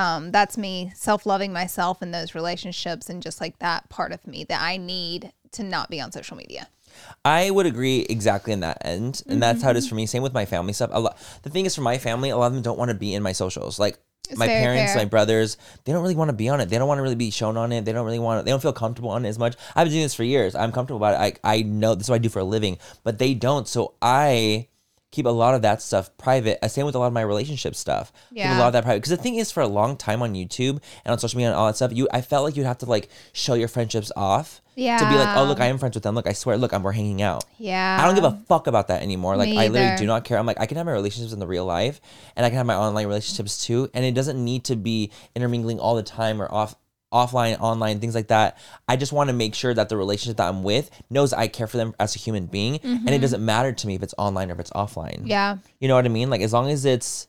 um, that's me self loving myself in those relationships and just like that part of me that I need to not be on social media. I would agree exactly in that end, and that's how it Mm-hmm. is for me. Same with my family stuff. A lot. The thing is, for my family, a lot of them don't want to be in my socials. Like my very parents, fair. my brothers, they don't really want to be on it. They don't want to really be shown on it. They don't really want. They don't feel comfortable on it as much. I've been doing this for years. I'm comfortable about it. I I know this is what I do for a living, but they don't. So I keep a lot of that stuff private. Uh, Same with a lot of my relationship stuff. Keep a Yeah. lot of that private. Because the thing is, for a long time on YouTube and on social media and all that stuff, you I felt like you'd have to like show your friendships off. To be like, Yeah. oh look, I am friends with them. Look, I swear, look, I'm, we're hanging out. Yeah. I don't give a fuck about that anymore. Like Me I literally either. do not care. I'm like I can have my relationships in the real life, and I can have my online relationships too. And it doesn't need to be intermingling all the time or off offline, online things like that. I just want to make sure that the relationship that I'm with knows I care for them as a human being, and it doesn't matter to me if it's online or if it's offline. Mm-hmm. Yeah. You know what I mean? Like as long as it's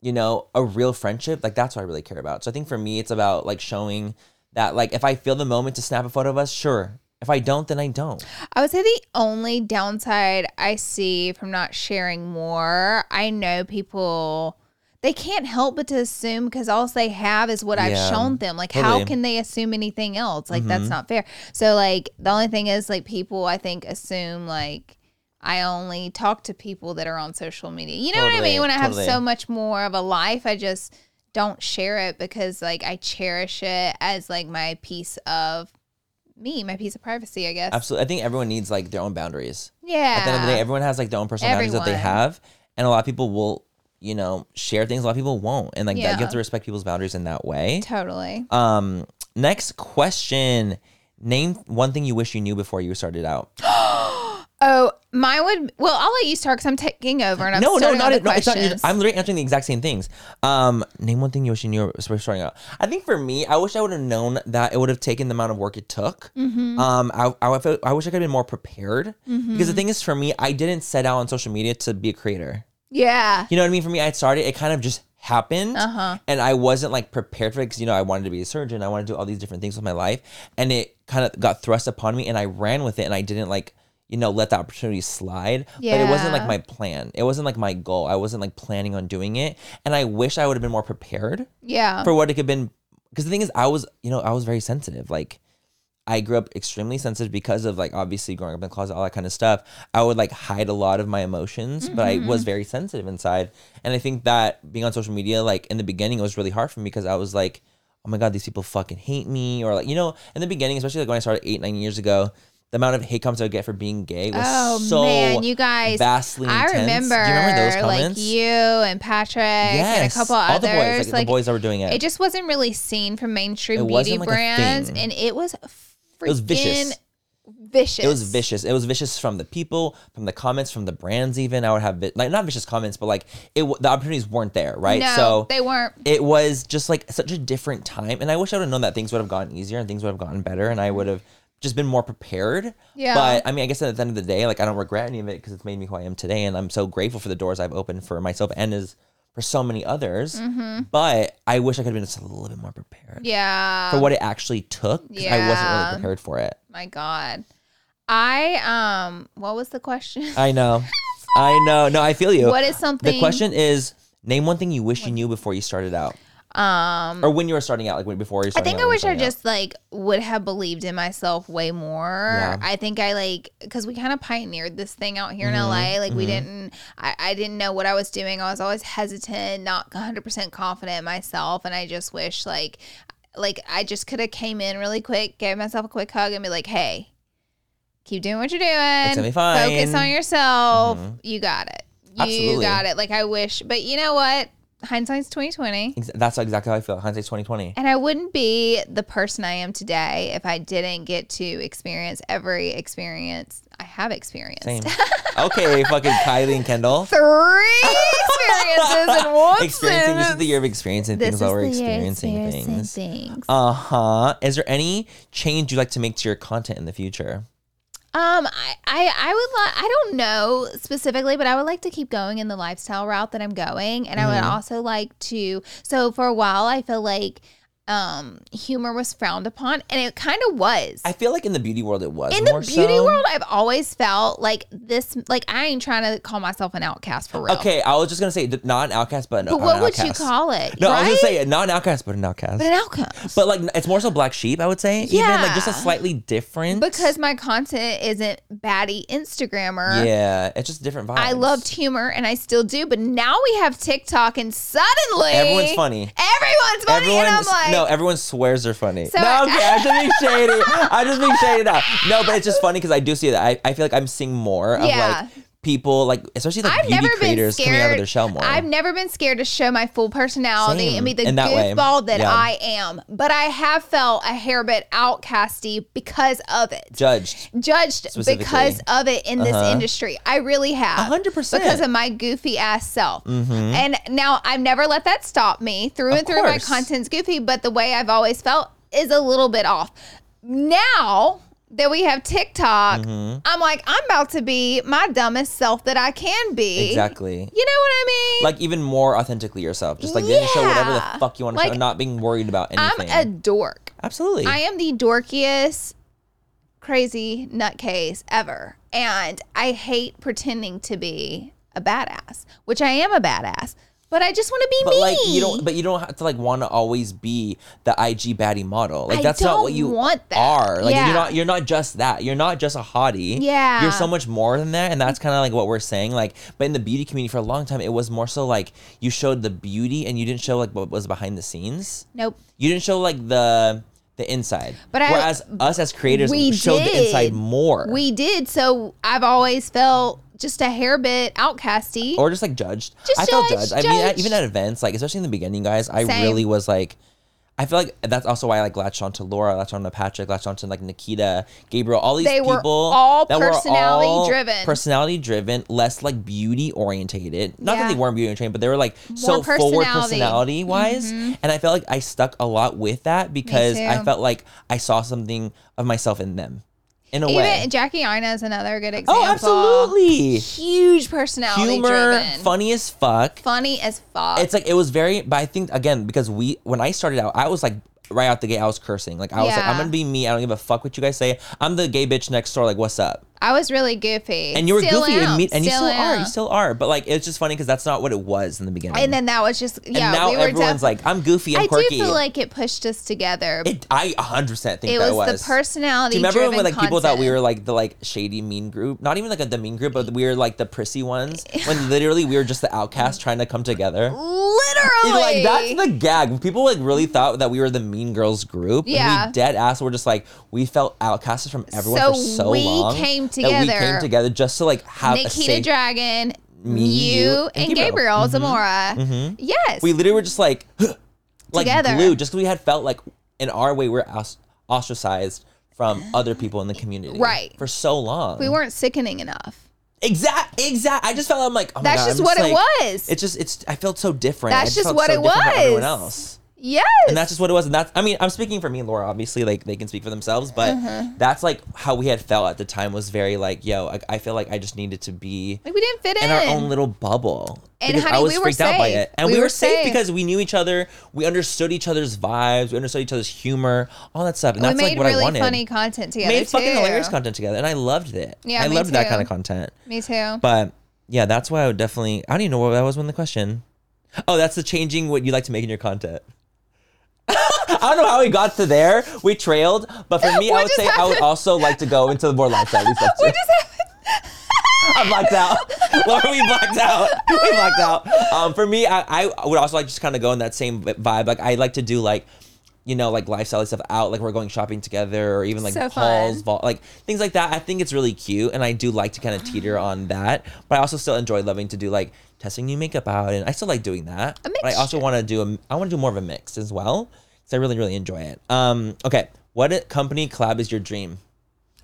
you know, a real friendship, like that's what I really care about. So I think for me it's about like showing that like if I feel the moment to snap a photo of us, sure. If I don't, then I don't. I would say the only downside I see from not sharing more, I know people they can't help but to assume because all they have is what Yeah, I've shown them. Like, totally. Mm-hmm. how can they assume anything else? Like, that's not fair. So, like, the only thing is, like, people I think assume like I only talk to people that are on social media. You know what I Totally, mean? When I totally. have so much more of a life, I just don't share it because like I cherish it as like my piece of me, my piece of privacy, I guess. Absolutely. I think everyone needs like their own boundaries. Yeah. At the end of the day, everyone has like their own personal boundaries that they Everyone. have. And a lot of people will, you know, share things. A lot of people won't. And like that, you Yeah. have to respect people's boundaries in that way. Totally. Um, next question. Name one thing you wish you knew before you started out. Oh, mine would. Well, I'll let you start because I'm taking over and I'm no, no, starting not, on the no, it's not. questions. I'm literally answering the exact same things. Um, name one thing you wish you knew before starting out. I think for me, I wish I would have known that it would have taken the amount of work it took. Um, I, I, feel- I wish I could have been more prepared because the thing is, for me, I didn't set out on social media to be a creator. yeah. Uh-huh. You know what I mean? For me, I had started, it kind of just happened. And I wasn't like prepared for it because, you know, I wanted to be a surgeon. I wanted to do all these different things with my life. And it kind of got thrust upon me and I ran with it and I didn't like, you know, let the opportunity slide. But it wasn't like Yeah. my plan. It wasn't like my goal. I wasn't like planning on doing it. And I wish I would have been more prepared Yeah. for what it could have been. Because the thing is, I was, you know, I was very sensitive. Like, I grew up extremely sensitive because of like obviously growing up in the closet, all that kind of stuff. I would like hide a lot of my emotions, but I Mm-hmm. was very sensitive inside. And I think that being on social media, like in the beginning, it was really hard for me because I was like, oh my God, these people fucking hate me. Or like, you know, in the beginning, especially like when I started eight, nine years ago, the amount of hate comments I would get for being gay was Oh so man, you guys! vastly I intense. Do you remember, remember those like comments? you and Patrick and a couple all others. the boys, like, the boys that were doing it. it just wasn't really seen from mainstream It beauty wasn't, like, a brands, thing. and it was freaking it was vicious. vicious. It was vicious. It was vicious from the people, from the comments, from the brands. Even I would have vi- like not vicious comments, but like it. W- the opportunities weren't there, right? No, so they weren't. it was just like such a different time, and I wish I would have known that things would have gotten easier and things would have gotten better, and I would have just been more prepared. Mm-hmm. Yeah. But I mean, I guess at the end of the day, like I don't regret any of it because it's made me who I am today, and I'm so grateful for the doors I've opened for myself and as for so many others. But I wish I could have been just a little bit more prepared Mm-hmm. Yeah. for what it actually took. 'cause I wasn't Yeah. really prepared for it. My God. I um. What was the question? I know. I know. No, I feel you. What is something? The question is name one thing you wish you knew before you started out. Um or when you were starting out, like when before you I started think I wish I just like would have believed in myself way more. Yeah. I think I like because we kind of pioneered this thing out here Mm-hmm. in LA. Like we didn't, I, I didn't know what I was doing. I was always hesitant, not 100% confident in myself, and I just wish like, like I just could have came in really quick, gave myself a quick hug, and be like, hey, keep doing what you're doing. It's gonna be fine. Mm-hmm. Focus on yourself. You got it. You Absolutely. got it. Like I wish, but you know what? hindsight's twenty twenty. Ex- That's exactly how I feel. Hindsight's twenty twenty. And I wouldn't be the person I am today if I didn't get to experience every experience I have experienced. Same. okay, fucking Kylie and Kendall. Three experiences in one Experiencing this is the sentence. year of experiencing This things while is we're the year experiencing experiencing things. things. Uh huh. Is there any change you'd like to make to your content in the future? Um, I, I, I would like, I don't know specifically, but I would like to keep going in the lifestyle route that I'm going. And Mm-hmm. I would also like to, so for a while, I feel like um humor was frowned upon, and it kind of was. I feel like in the beauty world it was in the more beauty so. world, I've always felt like this, like I ain't trying to call myself an outcast for real. Okay, I was just gonna say th- not an outcast, but an, But what an would you outcast. call it? No, I was gonna right? say not an outcast, but an outcast. But an outcome. But like it's more so black sheep, I would say. Even like just a Yeah. slightly different because my content isn't baddie Instagrammer. Yeah, it's just different vibes. I loved humor and I still do, but now we have TikTok and suddenly Everyone's funny. Everyone's funny Everyone, and I'm like no, everyone swears they're funny. So no, I- I'm, kidding. I'm just being shady. I'm just being shady now. No, but it's just funny because I do see that. I, I feel like I'm seeing more of Yeah. like people, like especially like I've beauty never been creators coming out of scared. their shell more. I've never been scared to show my full personality Same, and be the in that way. goofball that Yeah. I am. But I have felt a hair bit outcasty because of it. judged. judged because Specifically. Uh-huh. of it in this industry. I really have. 100%. Because of my goofy ass self. Mm-hmm. And now I've never let that stop me. Through and through, my course. content's goofy, but the way I've always felt is a little bit off. Now that we have TikTok, Mm-hmm. I'm like, I'm about to be my dumbest self that I can be. Exactly. You know what I mean? Like even more authentically yourself. Just like getting to show whatever the Yeah. fuck you want to show Like, and not being worried about I'm anything. a dork. Absolutely. I am the dorkiest, crazy nutcase ever. And I hate pretending to be a badass, which I am a badass, but I just want to be but me. like you don't but you don't have to like want to always be the IG baddie model. Like I that's not don't what you want that. are. Like Yeah. you're not you're not just that. You're not just a hottie. Yeah. You're so much more than that and that's kind of like what we're saying like but in the beauty community for a long time it was more so like you showed the beauty and you didn't show like what was behind the scenes. nope. You didn't show like the the inside. But I- whereas us as creators we showed the did. inside more. We did. So I've always felt just a hair bit outcasty. or just like judged. Just I felt judged, judged. I mean, at, judged. even at events, like especially in the beginning, guys, I Same. really was like, I feel like that's also why I like latched on to Laura, latched on to Patrick, latched on to like Nikita, Gabriel, all these They people were all that were personality all driven. personality driven, less like beauty orientated. Not that Yeah. they weren't beauty oriented, but they were like so personality. forward Mm-hmm. personality wise. And I felt like I stuck a lot with that because I too. felt like I saw something of myself in them, in a Even way. Jackie Ina is another good example. Oh, absolutely. Huge personality Humor, driven. funny as fuck Funny as fuck. it's like it was very but i think again because we when i started out i was like right out the gate i was cursing like i was like Yeah. i'm gonna be me i don't give a fuck what you guys say i'm the gay bitch next door like what's up I was really goofy. and you were Still goofy am. and, me- and you still are you am. still are but like it's just funny because that's not what it was in the beginning And then that was just And yeah. now we were everyone's def- like i'm goofy i'm I quirky do feel like it pushed us together. It, it, i 100% think that was, was the personality. do you remember driven when like people thought we content. were like the like shady mean group? Not even like the mean group, but we were like the prissy ones. When literally we were just the outcasts trying to come together. literally Like that's the gag. People like really thought that we were the mean girls group. And Yeah. we dead ass were just like we felt outcasted from everyone So for so we long. came That we came together. together just to like have a Nikita safe. Dragon, you, you, and and, Gabriel. Gabriel, Mm-hmm. Zamora. Yes, we literally were just like like Together. glue. Just because we had felt like in our way we were aus- ostracized from other people in the community. Right. For so long. we weren't sickening enough. Exact. Exact. I just felt I'm like oh my That's God, just I'm what it like- was. It's just it's. I felt so different. I That's just felt what so it different from everyone was. else. Yes, and that's just what it was and that's i mean i'm speaking for me and laura obviously like they can speak for themselves but Mm-hmm. that's like how we had felt at the time was very like yo i, I feel like i just needed to be like we didn't fit in. in our own little bubble And because honey, i was we were freaked out by safe. it and we, We were, were safe, safe. because we knew each other we understood each other's vibes we understood each other's humor all that stuff and we that's made like what i really wanted funny content together. made fucking too. hilarious content together and i loved it Yeah, i me loved that too. kind of content Me too. but yeah that's why i would definitely i don't even know what that was when the question oh that's the changing what you like to make in your content I don't know how we got to there. We trailed, but for me, I What would just say I would happened? also like to go into the more lifestyle stuff too. I blacked out. Laura, we blacked out. We blacked out. Um, for me, I, I would also like just kind of go in that same vi- vibe. Like I like to do like, you know, like lifestyle stuff out. Like we're going shopping together, or even like So halls, fun. vault, like things like that. I think it's really cute, and I do like to kind of teeter on that. But I also still enjoy loving to do like testing new makeup out, and I still like doing that. A But I mixture. also want to do a, I want to do more of a mix as well because I really really enjoy it. Um, okay, what i- company collab is your dream?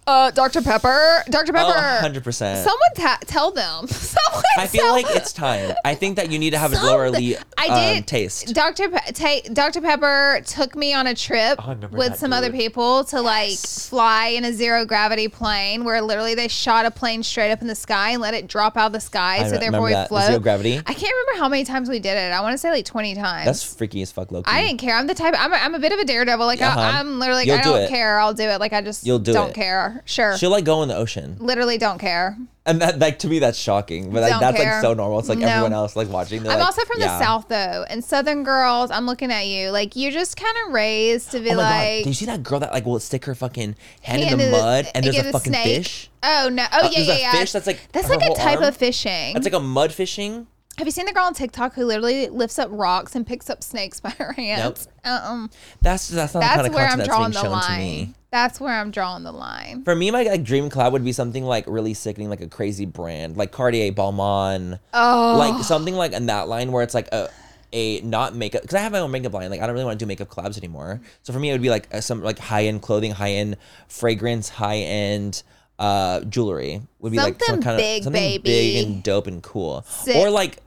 Uh, Dr. Pepper. Dr. Oh, Pepper. 100 percent. Someone ta- tell them. Someone I feel tell like it's time. I think that you need to have a Something- lower lee I did um, taste. Dr. Pe- ta- Dr. Pepper took me on a trip Oh, I remember with that, some other dude. people to like fly in a zero gravity plane where literally they shot a plane straight up in the sky and let it drop out of the sky I so remember therefore we that. float. Zero gravity. I can't remember how many times we did it. I want to say like 20 times. That's freaky as fuck, Loki. I didn't care. I'm the type. I'm a, I'm a bit of a daredevil. Like Uh-huh. I, I'm literally. Like, You'll I do don't it. care. I'll do it. Like I just. You'll do not it. care. Sure. She'll like go in the ocean, literally don't care. and that like to me that's shocking, but like, Don't that's care. like so normal. It's like No. everyone else like watching. they're I'm like, also from the yeah. south though, and Southern girls. I'm looking at you. Like you're just kind of raised to be Oh my like. god! Do you see that girl that like will stick her fucking hand in hand the in the- mud and there's get a the fucking snake. fish? Oh no! Oh Uh, yeah, there's yeah, a yeah. fish that's, like, that's her like a whole type arm. of fishing. That's like a mud fishing. Have you seen the girl on TikTok who literally lifts up rocks and picks up snakes by her hands? Um, That's that's not that's the kind of where I'm content that's drawing being the shown to me. line. That's where I'm drawing the line. For me, my like dream collab would be something like really sickening, like a crazy brand, like Cartier, Balmain, Oh, like something like in that line where it's like a a not makeup because I have my own makeup line. Like I don't really want to do makeup collabs anymore. So for me, it would be like uh, some like high end clothing, high end fragrance, high end uh jewelry would be like some Something kind big, of something big baby. and dope and cool, Sick. or like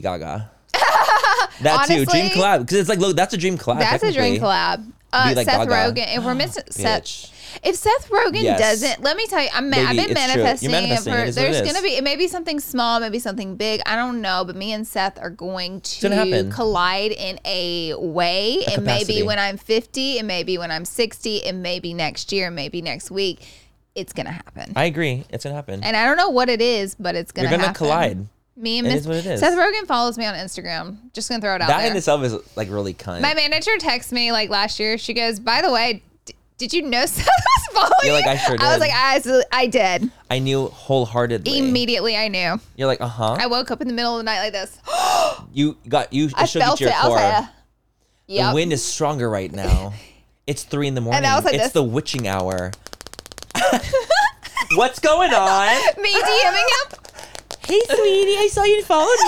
Gaga. that too, dream Honestly, collab because it's like look, that's a dream collab. that's a dream technically. collab. Uh, like Seth Gaga. Rogen. If we're missing Seth, Bitch. If Seth Rogen Yes. doesn't, let me tell you, I'm Baby, I've been it's true. You're manifesting. it manifesting. for- It is what it there's is. gonna be it may be something small, maybe something big. I don't know, but me and Seth are going to gonna happen. collide in a way. A it may capacity. be when I'm 50. It may be when I'm 60. It may be next year. Maybe next week. It's gonna happen. I agree. It's gonna happen. and I don't know what it is, but it's gonna. You're gonna happen. collide. Me and It Miss- is what it is. Seth Rogen follows me on Instagram. Just gonna throw it out That there. in itself is like really kind. My manager texts me like last year. She goes, "By the way, d- did you know Seth was following You're like, you?" "I sure I was did." like, "I, absolutely- I did." I knew wholeheartedly. Immediately, I knew. You're like, uh huh. I woke up in the middle of the night like this. you got you. I shook you felt to it. your I was core. like, uh, "Yep." The wind is stronger right now. It's three in the morning. And I was like it's this. the witching hour. What's going on? me DMing him. Hey, sweetie, I saw you followed me.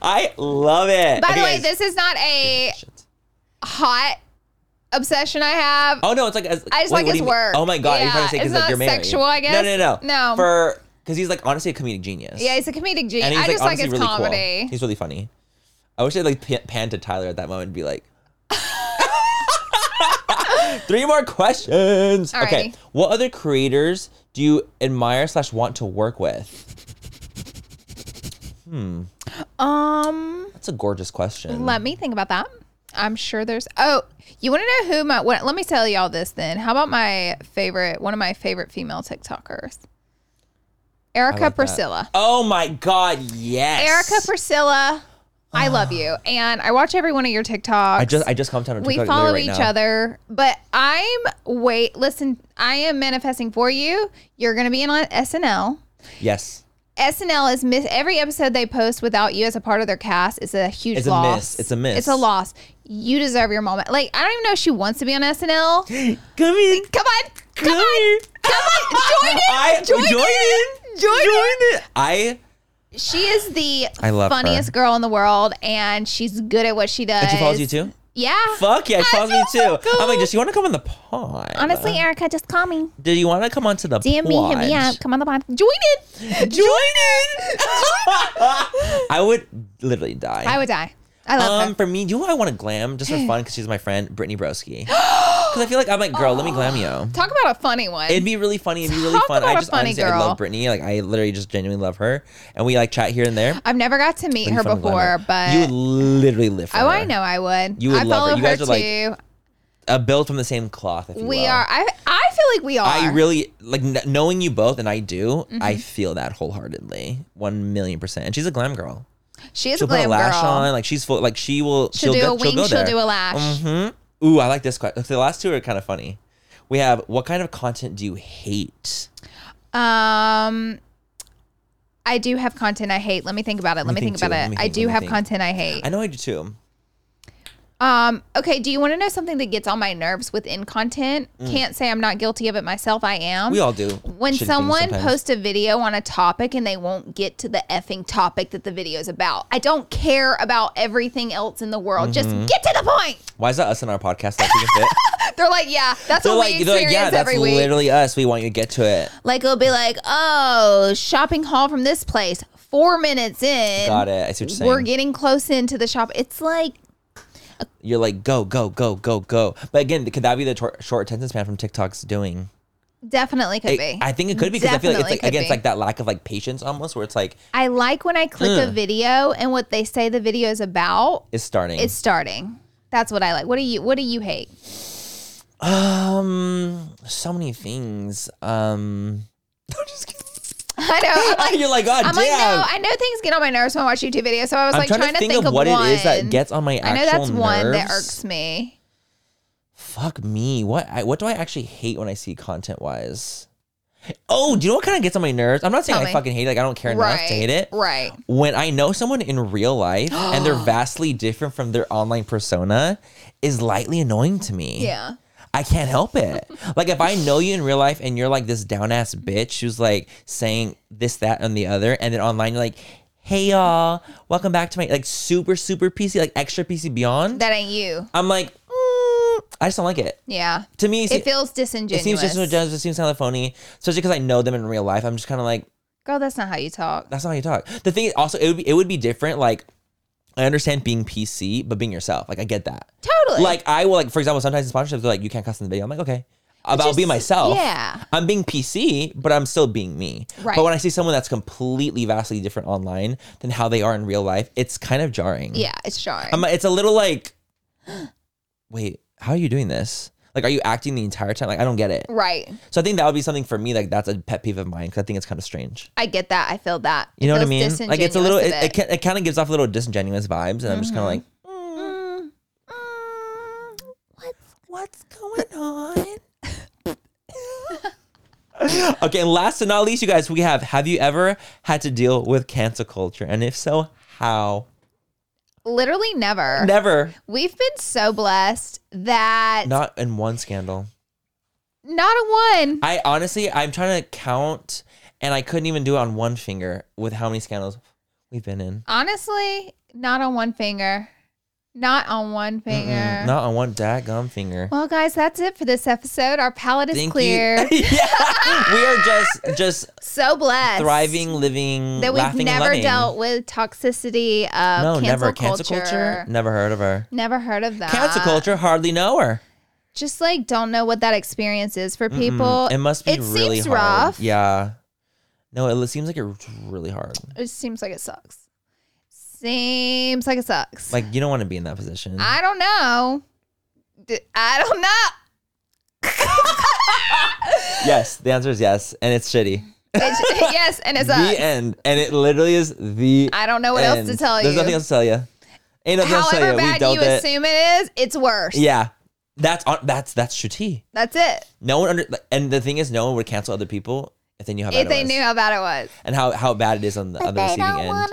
I love it. By Okay, the way, guys. this is not a Shit. hot obsession I have. Oh no, it's like as- I just like wait, what do his you mean? work. Oh my god, you're Yeah, trying to say it's because like not you're married. sexual, I No, guess. no, no, No. For because he's like honestly a comedic genius. yeah, he's a comedic and genius. he's I just like honestly his really comedy. cool. He's really funny. I wish they like pan- pan to Tyler at that moment and be like, three more questions. Okay, Alrighty. what other creators do you admire slash want to work with? Um, That's a gorgeous question. let me think about that. I'm sure there's. Oh, you want to know who my? What, let me tell y'all this then. How about my favorite? One of my favorite female TikTokers, Erica like that. Priscilla. oh my god, yes, Erica Priscilla, I love you, and I watch every one of your TikToks. I just I just come down. we follow each other, but I'm wait. Listen, I am manifesting for you. You're gonna be in on SNL. Yes, SNL is miss every episode they post without you as a part of their cast is a huge It's a loss. miss. It's a miss. It's a loss. You deserve your moment. Like I don't even know if she wants to be on SNL. Come come here, on, come come on, here. come on, join it. I join in, join in. I She is the I love her. funniest girl in the world, and she's good at what she does. and she follows you too. Yeah. Fuck yeah, she follows me feel too. so good. I'm like, does she want to come on the pod? Honestly, Erica, just call me. do you want to come onto the DM pod? me, hit me up. Come on the pod. Join it. Join it. I would literally die. I would die. I love Um, her. for me, do you know who I want to glam just for fun? Because she's my friend, Brittany Broski. Because I feel like I'm like, girl, let me glam you. Talk about a funny one. It'd be really funny. It'd be really Talk fun. I about a just funny honestly, I love girl. Brittany. Like, I literally just genuinely love her, and we like chat here and there. I've never got to meet It'd be her fun to glam her. before, but you would literally live. For Oh, her. I know I would. You would I love her. follow You guys are, like, too. Uh, built from the same cloth. If you we will. are. I I feel like we are. Mm-hmm. I really like kn- knowing you both, and I do. I feel that wholeheartedly, one million percent. And she's a glam girl. she is a she'll put a glam lash girl. on. Like she's full. Like she will. she'll, do a go, wing. She'll, She'll, go there. do a lash. Mm-hmm. Ooh, I like this question. The last two are kind of funny. We have what kind of content do you hate? Um, I do have content I hate. Let me think about it. Let, me think, think, about too. Let it. me I think, do let me have think. content I hate. I know I do too. Um, okay, do you want to know something that gets on my nerves within content? Can't say I'm not guilty of it myself. I am. Mm. We all do. when shitty things someone sometimes. posts a video on a topic and they won't get to the effing topic that the video is about, I don't care about everything else in the world. Just Mm-hmm. get to the point. why is that us in our podcast? Like, we can fit? They're like, yeah, that's They're what like, we they're experience like, yeah, that's every week. literally us. We want you to get to it. like it'll be like, oh, shopping haul from this place. Four minutes in, Got it. I see what you're saying. we're getting close into the shop. It's like you're like, go, go, go, go, go. But again, could that be the tor- short attention span from TikTok's doing? definitely could It- be. I think it could be because I feel like it's Definitely like could again, it's be. like that lack of like patience almost, where it's like I like when I click a video and what they say the video is about it's starting. is starting. That's what I like. What do you What do you hate? um, so many things. Um, I'm just kidding. I know. I'm like, you're like, God I'm like, damn. no, I know things get on my nerves when I watch YouTube videos. So I was I'm like trying, to think, of, what one. it is that gets on my I actual know that's one that nerves. irks me. Fuck me. What I, what do I actually hate when I see content wise? Oh, do you know what kind of gets on my nerves? I'm not saying Tell I me. fucking hate it. Like I don't care enough Right. to hate it. Right. When I know someone in real life and they're vastly different from their online persona is lightly annoying to me. Yeah. I can't help it. like if I know you in real life and you're like this down ass bitch who's like saying this, that, and the other, and then online you're like, hey y'all, welcome back to my like super, super PC, like extra PC beyond. That ain't you. I'm like, mm, I just don't like it. Yeah. To me, It it, feels it disingenuous. seems just it does- it seems kind of phony, especially because I know them in real life. I'm just kind of like, Girl, that's not how you talk. that's not how you talk. The thing is, also, it would be it would be different. Like, I understand being PC, but being yourself, like I get that. Totally. Like I will like for example sometimes in sponsorships they're like you can't cuss in the video. I'm like okay, I'll, I'll be just- myself. yeah. I'm being PC, but I'm still being me. Right. But when I see someone that's completely vastly different online than how they are in real life, it's kind of jarring. yeah, it's jarring. I'm, it's a little like, wait, how are you doing this? Like, are you acting the entire time? Like, I don't get it. right. So I think that would be something for me. Like, that's a pet peeve of mine because I think it's kind of strange. I get that. I feel that. You It know what I mean? feels Like, it's a disingenuous Mm-hmm. of little. It, it, ca- it kind of gives off a little disingenuous vibes, and I'm just kind of like, Mm, mm, what's going on? okay, and last but not least, you guys, we have have you ever had to deal with cancel culture? And if so, how? Literally never. Never. We've been so blessed that not, Not in one scandal. a one. I honestly, I'm trying to count, and I couldn't even do it on one finger with how many scandals we've been in. Honestly, not on one finger. Not on one finger. Mm-mm, not on one daggum finger. well, guys, that's it for this episode. Our palette is Thank clear. you. yeah, we are just just so blessed. thriving, living, That we've laughing, and never loving. dealt with toxicity of no, cancel never culture. cancel culture. Never heard of her. Never heard of that. Cancel culture, hardly know her. Just like don't know what that experience is for people. Mm, it must be it really seems hard. rough. Yeah. No, it seems like it's really hard. It seems like it sucks. Seems like it sucks. Like you don't want to be in that position. I don't know. D- I don't know. yes, the answer is yes, and it's shitty. It's- yes, and it's the a. end, and it literally is the. I don't know what else to end. tell There's you. nothing else to tell you. Ain't nothing else to tell However you. we bad dealt you it. assume it is, it's worse. Yeah, that's on, that's that's true tea. That's it. No one under, and the thing is, no one would cancel other people if they knew how bad If it they was. knew how bad it was. and how how bad it is on the other receiving end. know.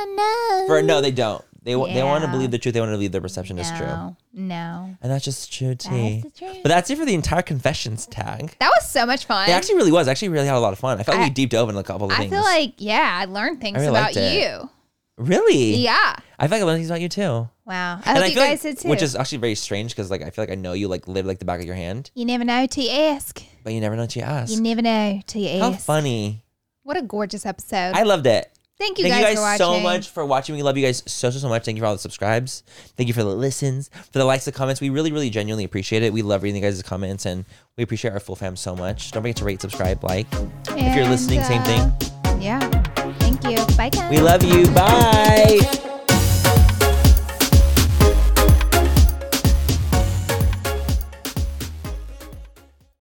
For no, they don't. They wa- they want to Yeah. believe the truth. They want to believe their perception is true, No. No. and that's just true tea. the truth. But that's it for the entire confessions tag. That was so much fun. It actually really was. I Actually, really had a lot of fun. I felt I- like we deep dove in a couple of I things. feel like, yeah, I learned things really about liked it. you. really, Yeah. I feel like I learned things about you too. Wow. I hope you feel guys like, did too. Which is actually very strange because like I feel like I know you like live like the back of your hand, you never know till you ask. but you never know what you ask. You never know till you How ask. funny! What a gorgeous episode. I loved it. Thank you, Thank guys, you for guys watching. so much for watching. We love you guys so so so much. Thank you for all the subscribes. Thank you for the listens, for the likes, the comments. We really really genuinely appreciate it. We love reading you guys' comments, and we appreciate our full fam so much. Don't forget to rate, subscribe, like. if you're And, listening, same uh, thing. Yeah. Thank you. Bye, guys. We love you. Bye.